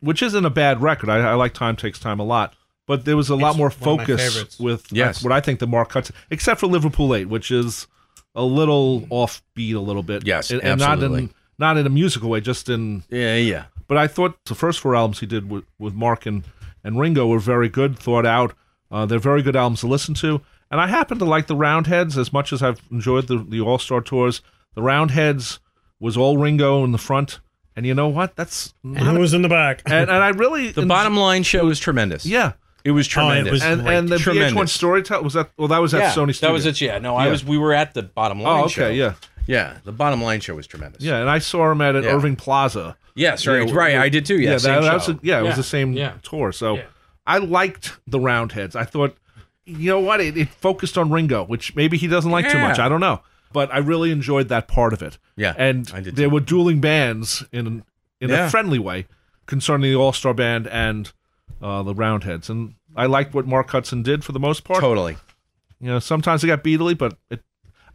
Speaker 2: which isn't a bad record. I, I like time takes time a lot, but there was a lot
Speaker 3: It's
Speaker 2: more
Speaker 3: one of my
Speaker 2: focus
Speaker 3: favorites.
Speaker 2: with
Speaker 5: Yes.
Speaker 2: what I think the Mark Hudson, except for Liverpool Eight, which is a little offbeat, a little bit.
Speaker 5: Yes,
Speaker 2: and, and not in
Speaker 5: absolutely.
Speaker 2: not in a musical way, just in
Speaker 5: yeah, yeah.
Speaker 2: but I thought the first four albums he did with, with Mark and, and Ringo were very good, thought out. Uh, they're very good albums to listen to. And I happen to like the Roundheads as much as I've enjoyed the, the All Star tours. The Roundheads was all Ringo in the front. And you know what? That's.
Speaker 3: And who was in the back?
Speaker 2: And, and I really.
Speaker 5: The bottom line show was tremendous.
Speaker 2: Yeah.
Speaker 5: it was tremendous.
Speaker 3: Oh, was
Speaker 2: And, and the VH1
Speaker 5: Tremendous.
Speaker 2: Storytell was that. Well, that was at
Speaker 5: yeah,
Speaker 2: Sony Studios.
Speaker 5: that was it. Yeah, no, I
Speaker 2: Yeah.
Speaker 5: was. We were at the bottom line
Speaker 2: Oh, okay.
Speaker 5: show.
Speaker 2: Yeah.
Speaker 5: yeah. The bottom line show was tremendous.
Speaker 2: Yeah. And I saw him at an
Speaker 5: Yeah.
Speaker 2: Irving Plaza.
Speaker 5: Yes, right,
Speaker 2: Yeah,
Speaker 5: right. I did too. Yeah,
Speaker 2: that,
Speaker 5: same
Speaker 2: that was
Speaker 5: show.
Speaker 2: a- yeah, it was
Speaker 7: Yeah,
Speaker 2: the same
Speaker 7: yeah.
Speaker 2: tour. So
Speaker 7: Yeah.
Speaker 2: I liked the Roundheads. I thought, you know what, it, it focused on Ringo, which maybe he doesn't like too much.
Speaker 5: Yeah.
Speaker 2: I don't know, but I really enjoyed that part of it.
Speaker 5: Yeah,
Speaker 2: and
Speaker 5: I did
Speaker 2: there were dueling bands in in
Speaker 5: Yeah.
Speaker 2: a friendly way concerning the All Star Band and uh, the Roundheads, and I liked what Mark Hudson did for the most part.
Speaker 5: totally.
Speaker 2: You know, sometimes it got Beatly, but it.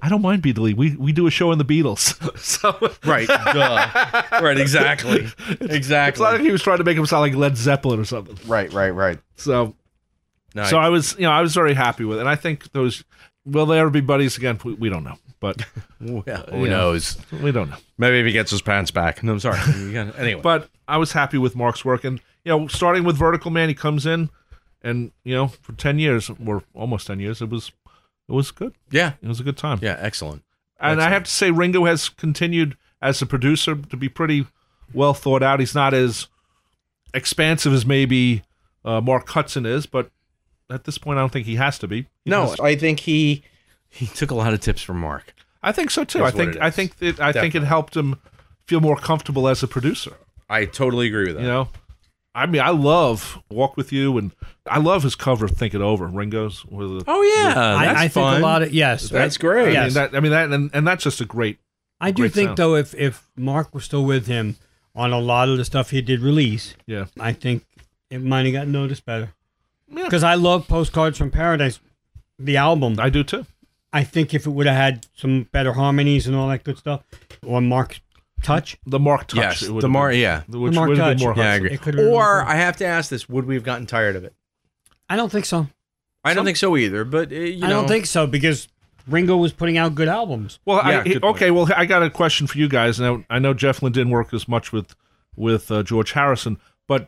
Speaker 2: I don't mind Beatly. We we do a show on the Beatles, so
Speaker 5: Right. duh. Right. Exactly.
Speaker 2: it's not like
Speaker 5: Exactly.
Speaker 2: he was trying to make him sound like Led Zeppelin or something.
Speaker 5: Right. Right. Right.
Speaker 2: So
Speaker 5: Nice.
Speaker 2: So I was, you know, I was very happy with it. And I think those, will there be buddies again? We, we don't know, but
Speaker 5: Well, who
Speaker 2: Yeah.
Speaker 5: knows?
Speaker 2: we don't know.
Speaker 5: Maybe if he gets his pants back. No, I'm sorry. You gotta- anyway.
Speaker 2: But I was happy with Mark's work. And, you know, starting with Vertical Man, he comes in and, you know, for 10 years or almost 10 years, it was, it was good.
Speaker 5: yeah.
Speaker 2: It was a good time.
Speaker 5: Yeah. Excellent.
Speaker 2: and I have to say, Ringo has continued as a producer to be pretty well thought out. He's not as expansive as maybe uh, Mark Hudson is, but at this point, I don't think he has to be. He
Speaker 5: No,
Speaker 2: has-
Speaker 5: I think he he took a lot of tips from Mark.
Speaker 2: I think so too.
Speaker 5: Is
Speaker 2: I
Speaker 5: what
Speaker 2: think
Speaker 5: it
Speaker 2: I
Speaker 5: is.
Speaker 2: think that I think it helped him feel more comfortable as a producer.
Speaker 5: I totally agree with that.
Speaker 2: You know, I mean, I love Walk with You, and I love his cover of Think It Over. Ringo's with the,
Speaker 5: Oh yeah,
Speaker 3: I,
Speaker 5: that's
Speaker 3: I think
Speaker 5: fun.
Speaker 3: a lot of yes.
Speaker 5: That's great.
Speaker 2: I
Speaker 3: Yes.
Speaker 2: mean, that, I mean that, and, and that's just a great.
Speaker 3: I do
Speaker 2: Great
Speaker 3: think
Speaker 2: sound.
Speaker 3: though, if if Mark was still with him on a lot of the stuff he did release,
Speaker 2: Yeah,
Speaker 3: I think it might have gotten noticed better.
Speaker 2: Yeah.
Speaker 3: Because I love Postcards from Paradise, the album.
Speaker 2: I do too.
Speaker 3: I think if it would have had some better harmonies and all that good stuff, or Mark's touch,
Speaker 2: The Mark Touch.
Speaker 5: Yes,
Speaker 2: it would
Speaker 5: the
Speaker 2: have
Speaker 5: Mark-
Speaker 2: been-
Speaker 5: yeah.
Speaker 2: which
Speaker 3: The Mark
Speaker 2: would have
Speaker 3: Touch,
Speaker 2: been more.
Speaker 5: yeah, I
Speaker 2: Hudson.
Speaker 5: agree.
Speaker 3: It could've been
Speaker 5: Or
Speaker 3: really
Speaker 5: I have to ask this: Would we have gotten tired of it?
Speaker 3: I don't think so.
Speaker 5: I don't think so either. But uh, you
Speaker 3: I
Speaker 5: know,
Speaker 3: don't think so because Ringo was putting out good albums.
Speaker 2: Well,
Speaker 5: Yeah,
Speaker 2: I,
Speaker 5: good point.
Speaker 2: okay. Well, I got a question for you guys. Now, I know Jeff Lynne didn't work as much with with uh, George Harrison, but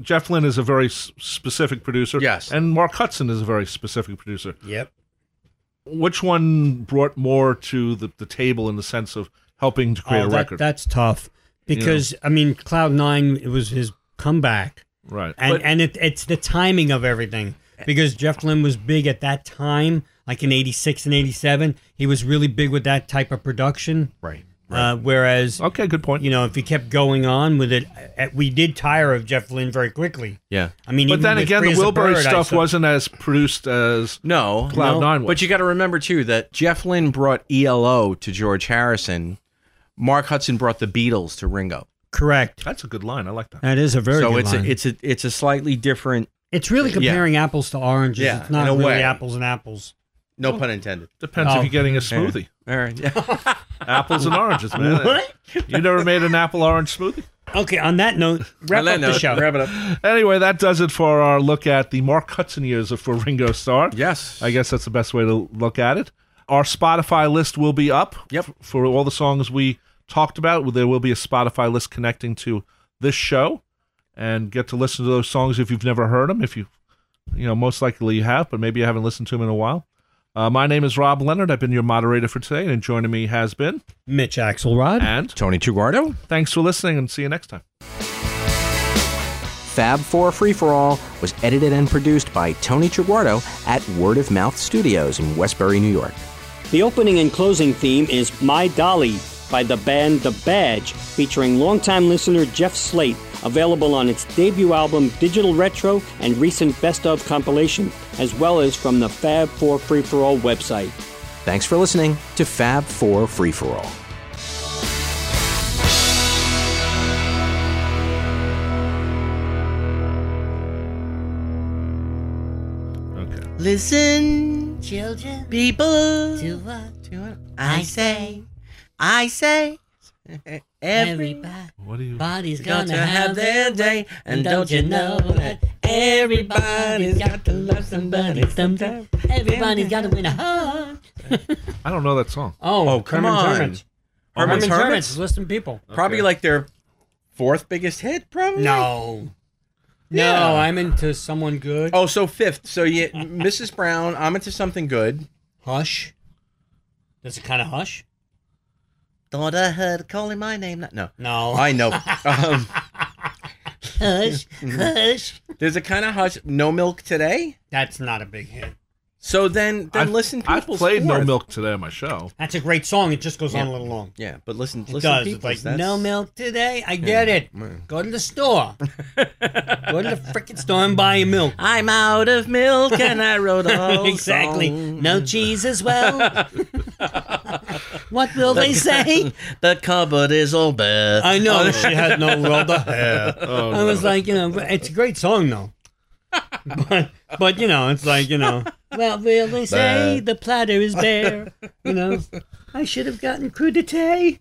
Speaker 2: Jeff Lynne is a very s- specific producer.
Speaker 5: Yes.
Speaker 2: and Mark Hudson is a very specific producer.
Speaker 3: Yep.
Speaker 2: Which one brought more to the, the table in the sense of helping to create
Speaker 3: Oh,
Speaker 2: a
Speaker 3: that-
Speaker 2: record?
Speaker 3: That's tough because I mean, Cloud Nine it was his comeback,
Speaker 2: right.
Speaker 3: and and it, it's the timing of everything because Jeff Lynne was big at that time, like in '86 and '87, he was really big with that type of production.
Speaker 5: right.
Speaker 3: Uh, whereas
Speaker 2: okay, good point.
Speaker 3: you know, if he kept going on with it, uh, we did tire of Jeff Lynne very quickly.
Speaker 5: Yeah.
Speaker 3: I mean,
Speaker 2: but
Speaker 3: even
Speaker 2: then
Speaker 3: with
Speaker 2: again,
Speaker 3: Free
Speaker 2: the
Speaker 3: as a
Speaker 2: Wilbury
Speaker 3: Bird, I
Speaker 2: stuff
Speaker 3: saw-
Speaker 2: wasn't as produced as.
Speaker 5: No,
Speaker 2: Cloud
Speaker 5: no.
Speaker 2: Nine was.
Speaker 5: But you got to remember too that Jeff Lynne brought ELO to George Harrison. Mark Hudson brought the Beatles to Ringo.
Speaker 3: correct.
Speaker 2: That's a good line. I like that.
Speaker 3: That is a very
Speaker 5: so
Speaker 3: good
Speaker 5: it's
Speaker 3: line.
Speaker 5: a it's a it's a slightly different
Speaker 3: It's really comparing apples to oranges.
Speaker 4: Yeah,
Speaker 3: it's not
Speaker 4: in a
Speaker 3: really
Speaker 4: way.
Speaker 3: apples and apples.
Speaker 4: No pun intended.
Speaker 2: Depends
Speaker 3: Oh.
Speaker 2: if you're getting a smoothie.
Speaker 4: All right. Yeah.
Speaker 2: Apples and oranges, man. You never made an apple orange smoothie?
Speaker 3: Okay, on that note, wrap
Speaker 4: that
Speaker 3: up
Speaker 4: note,
Speaker 3: the show.
Speaker 4: Wrap it up.
Speaker 2: Anyway, that does it for our look at the Mark Hudson years of For Ringo Starr.
Speaker 4: Yes.
Speaker 2: I guess that's the best way to look at it. Our Spotify list will be up
Speaker 4: Yep.
Speaker 2: f- for all the songs we talked about. There will be a Spotify list connecting to this show and get to listen to those songs if you've never heard them. If you, you know, most likely you have, but maybe you haven't listened to them in a while. Uh, my name is Rob Leonard. I've been your moderator for today, and joining me has been.
Speaker 3: Mitch Axelrod.
Speaker 2: And
Speaker 4: Tony Chugardo.
Speaker 2: thanks for listening, and see you next time.
Speaker 8: Fab 4 Free for All was edited and produced by Tony Triguardo at Word of Mouth Studios in Westbury, New York.
Speaker 9: The opening and closing theme is My Dolly by the band The Badge, featuring longtime listener Jeff Slate, available on its debut album Digital Retro and recent Best of compilation, as well as from the Fab 4 Free For All website.
Speaker 8: Thanks for listening to Fab 4 Free for All.
Speaker 2: Okay.
Speaker 10: Listen, children,
Speaker 4: People.
Speaker 10: to what
Speaker 4: I say. I say.
Speaker 10: everybody's
Speaker 2: What do you?
Speaker 10: gonna have their
Speaker 4: day.
Speaker 10: And don't you know that everybody's got to love somebody sometime? Everybody's got to win a heart.
Speaker 2: I don't know that song.
Speaker 3: oh,
Speaker 4: Oh, come
Speaker 3: Herman's
Speaker 4: on.
Speaker 3: Hermits.
Speaker 4: Herman's
Speaker 3: Herman's Hermits
Speaker 4: Hermits.
Speaker 3: is listing people.
Speaker 4: Probably
Speaker 2: Okay.
Speaker 4: like their fourth biggest hit, probably.
Speaker 3: No.
Speaker 4: Yeah.
Speaker 3: No, I'm into someone good.
Speaker 4: Oh, so fifth. So yeah, Mrs. Brown, I'm into something good.
Speaker 3: Hush. Does it kind of hush?
Speaker 4: Thought I heard calling my name. No,
Speaker 3: No.
Speaker 4: I know. um,
Speaker 10: Hush, hush.
Speaker 4: there's a kind of hush. No milk today.
Speaker 3: That's not a big hit.
Speaker 4: So then, then
Speaker 2: I've-
Speaker 4: listen.
Speaker 2: I've
Speaker 4: People's
Speaker 2: played No
Speaker 4: fourth.
Speaker 2: Milk today on my show.
Speaker 3: That's a great song. It just goes on a little long.
Speaker 4: Yeah, but listen.
Speaker 3: It
Speaker 4: listen
Speaker 3: does.
Speaker 4: People's,
Speaker 3: It's like
Speaker 4: that's-
Speaker 3: no milk today. I get it. Go to the store. Go to the freaking store and buy your milk.
Speaker 10: I'm out of milk and I wrote a whole
Speaker 3: exactly.
Speaker 10: song.
Speaker 3: No cheese as well. what will they say?
Speaker 4: The cupboard is all bare.
Speaker 3: I know she had no will to have.
Speaker 2: Oh,
Speaker 3: I was like, you know, it's a great song though. but but you know, it's like you know. Well, will they say the platter is bare? You know, I should have gotten crudité.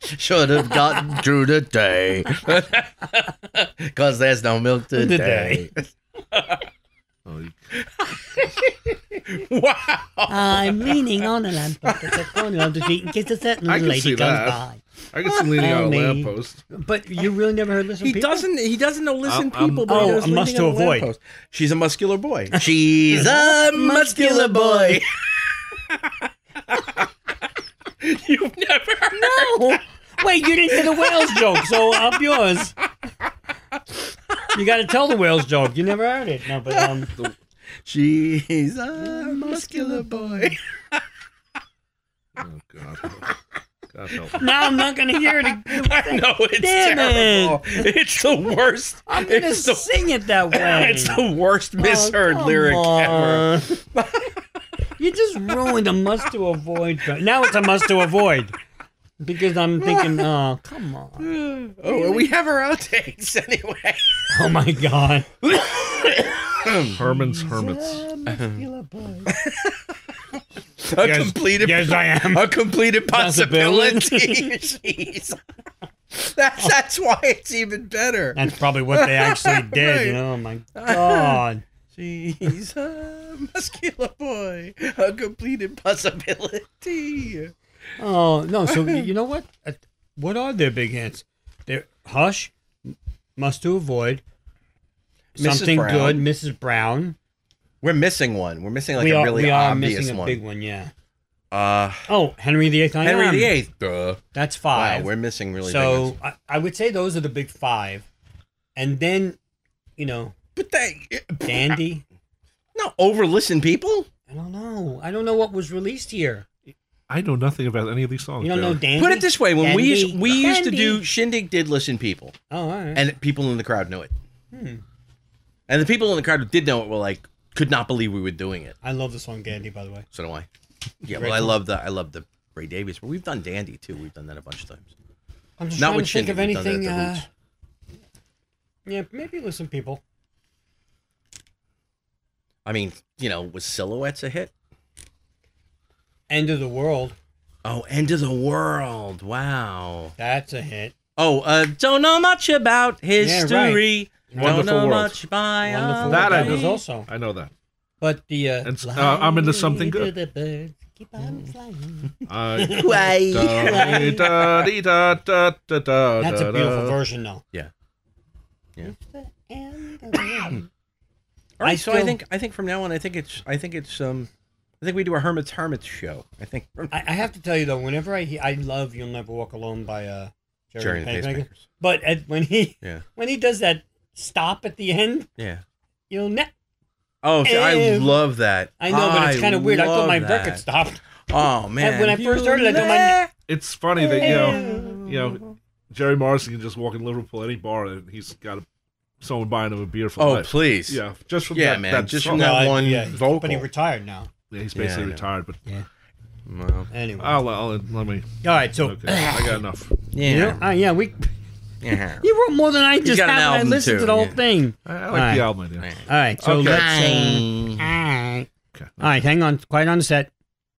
Speaker 4: Should have gotten through the day. Because there's no milk today.
Speaker 9: I'm leaning on a lamp at the corner of the street in case a certain
Speaker 2: I
Speaker 9: little
Speaker 2: can see
Speaker 9: lady comes
Speaker 2: that.
Speaker 9: by.
Speaker 2: I can see leaning out a
Speaker 9: Tell me.
Speaker 2: lamppost.
Speaker 3: But you really never heard listen.
Speaker 4: He
Speaker 3: people?
Speaker 4: doesn't. He doesn't know. Listen,
Speaker 2: I'm-
Speaker 4: people. but he
Speaker 3: Oh,
Speaker 4: knows
Speaker 3: a must
Speaker 4: leaning
Speaker 3: to
Speaker 4: on the
Speaker 3: avoid.
Speaker 4: lamppost. She's a muscular boy. She's a muscular boy. You've never.
Speaker 3: No. Wait, you didn't get the whales joke, so up yours. You got to tell the whales joke. You never heard it. No, but um,
Speaker 4: She's a muscular boy.
Speaker 2: Oh God. God help. me.
Speaker 3: now I'm not going to hear it. ag-
Speaker 4: I know it's
Speaker 3: Damn
Speaker 4: terrible. It's the worst.
Speaker 3: I'm going to
Speaker 4: it's the
Speaker 3: sing it that way. Oh,
Speaker 4: It's the worst misheard
Speaker 3: come
Speaker 4: lyric ever.
Speaker 3: on. you just ruined a must to avoid. joke. Now it's a must to avoid because I'm thinking, oh, come on.
Speaker 4: Oh, well, we have our outtakes anyway.
Speaker 3: Oh my god.
Speaker 2: Herman's Hermits.
Speaker 4: A completed,
Speaker 3: Yes, I am.
Speaker 4: a completed
Speaker 3: Possibility.
Speaker 4: possibility. Jeez. That's that's why it's even better.
Speaker 3: That's probably what they actually did. You know, oh my god.
Speaker 4: She's a muscular boy, a completed possibility.
Speaker 3: Oh no! So y- you know what? Uh, What are their big hits? They're hush, must to avoid,
Speaker 4: Mrs.
Speaker 3: something
Speaker 4: Brown.
Speaker 3: good, Mrs. Brown.
Speaker 4: We're missing one. We're missing like
Speaker 3: we
Speaker 4: a
Speaker 3: are
Speaker 4: really
Speaker 3: we are
Speaker 4: obvious
Speaker 3: missing a
Speaker 4: one.
Speaker 3: big one. Yeah.
Speaker 4: Uh,
Speaker 3: Oh, Henry VIII. I
Speaker 4: Henry
Speaker 3: am.
Speaker 4: VIII. Duh.
Speaker 3: That's
Speaker 4: Wow,
Speaker 3: five.
Speaker 4: we're missing really big
Speaker 3: so
Speaker 4: ones.
Speaker 3: I, I would say those are the big five, and then you know
Speaker 4: But they
Speaker 3: Dandy.
Speaker 4: not over listen people.
Speaker 3: I don't know. I don't know what was released here.
Speaker 2: I know nothing about any of these songs.
Speaker 3: You don't know
Speaker 2: Barry.
Speaker 3: Dandy.
Speaker 4: Put it this way: when we used,
Speaker 3: Dandy.
Speaker 4: we used to
Speaker 3: Dandy.
Speaker 4: do shindig, did listen people,
Speaker 3: Oh, all right.
Speaker 4: and people in the crowd knew it.
Speaker 3: Hmm.
Speaker 4: And the people in the crowd who did know it were like, could not believe we were doing it.
Speaker 3: I love the song Dandy, by the way.
Speaker 4: So do I. Yeah, well, I love the I love the Ray Davies, but we've done Dandy too. We've done that a bunch of times.
Speaker 3: I'm just
Speaker 4: Not
Speaker 3: trying
Speaker 4: with
Speaker 3: to think of uh,
Speaker 4: Shindig, we've done
Speaker 3: anything.
Speaker 4: that at the
Speaker 3: Uh,
Speaker 4: Roots.
Speaker 3: yeah, maybe listen, people.
Speaker 4: I mean, you know, was Silhouettes a hit?
Speaker 3: End of the World.
Speaker 4: Oh, End of the World. Wow.
Speaker 3: That's a hit.
Speaker 4: Oh, uh, don't know much about
Speaker 3: right.
Speaker 4: history. Don't
Speaker 2: Wonderful
Speaker 4: know
Speaker 2: world.
Speaker 4: much biology.
Speaker 3: Wonderful
Speaker 2: that I
Speaker 3: World
Speaker 2: know.
Speaker 3: also.
Speaker 2: I know that.
Speaker 3: But the uh,
Speaker 2: And uh, I'm into something good. Mm.
Speaker 10: The birds keep on flying.
Speaker 2: Uh,
Speaker 4: Quay.
Speaker 3: that's
Speaker 2: That's
Speaker 3: a beautiful version though.
Speaker 10: And the
Speaker 4: All right,
Speaker 3: I
Speaker 4: so I
Speaker 3: still-
Speaker 4: think I think from now on, I think it's I think it's um, I think we do a Hermits Hermits show. I think
Speaker 3: I, I have to tell you though, whenever I he- I love "You'll Never Walk Alone" by uh, Jerry,
Speaker 4: Jerry
Speaker 3: and
Speaker 4: and the
Speaker 3: the Pacemakers.
Speaker 4: Pacemakers.
Speaker 3: But at, when he
Speaker 4: Yeah.
Speaker 3: when he does that stop at the end,
Speaker 4: Yeah.
Speaker 3: you'll ne-
Speaker 4: Oh, so I
Speaker 3: Ew.
Speaker 4: love that.
Speaker 3: I know, but it's kind of weird. I thought
Speaker 4: love
Speaker 3: my
Speaker 4: that.
Speaker 3: record stopped.
Speaker 4: Oh man.
Speaker 3: when I first heard it, I thought my-
Speaker 2: It's funny that you know, you know, Jerry Morrison can just walk in Liverpool any bar and he's got a, someone buying him a beer for
Speaker 4: Oh
Speaker 2: life.
Speaker 4: please.
Speaker 2: Yeah, just from
Speaker 4: Yeah,
Speaker 2: that,
Speaker 4: man,
Speaker 2: that
Speaker 4: just
Speaker 2: song.
Speaker 4: from that
Speaker 3: I-
Speaker 4: one
Speaker 3: yeah, he-
Speaker 4: vocal.
Speaker 3: But he retired now.
Speaker 2: Yeah, he's
Speaker 4: Yeah, I
Speaker 2: basically
Speaker 4: know.
Speaker 2: retired, but
Speaker 4: Wow.
Speaker 3: Anyway,
Speaker 2: I'll, I'll let me.
Speaker 3: all right. So
Speaker 2: Oh. Okay, I got enough.
Speaker 4: Yeah.
Speaker 3: You know, uh, yeah, we.
Speaker 4: Yeah.
Speaker 3: You wrote more than I just
Speaker 4: got an
Speaker 3: have. and I
Speaker 4: album,
Speaker 3: listened
Speaker 4: too,
Speaker 3: to the whole
Speaker 4: yeah.
Speaker 3: thing.
Speaker 2: I, I like
Speaker 3: Alright.
Speaker 2: the album idea.
Speaker 3: All right, so
Speaker 2: Okay.
Speaker 3: let's. Uh, all right.
Speaker 2: Okay.
Speaker 3: all right, hang on. Quiet on the set.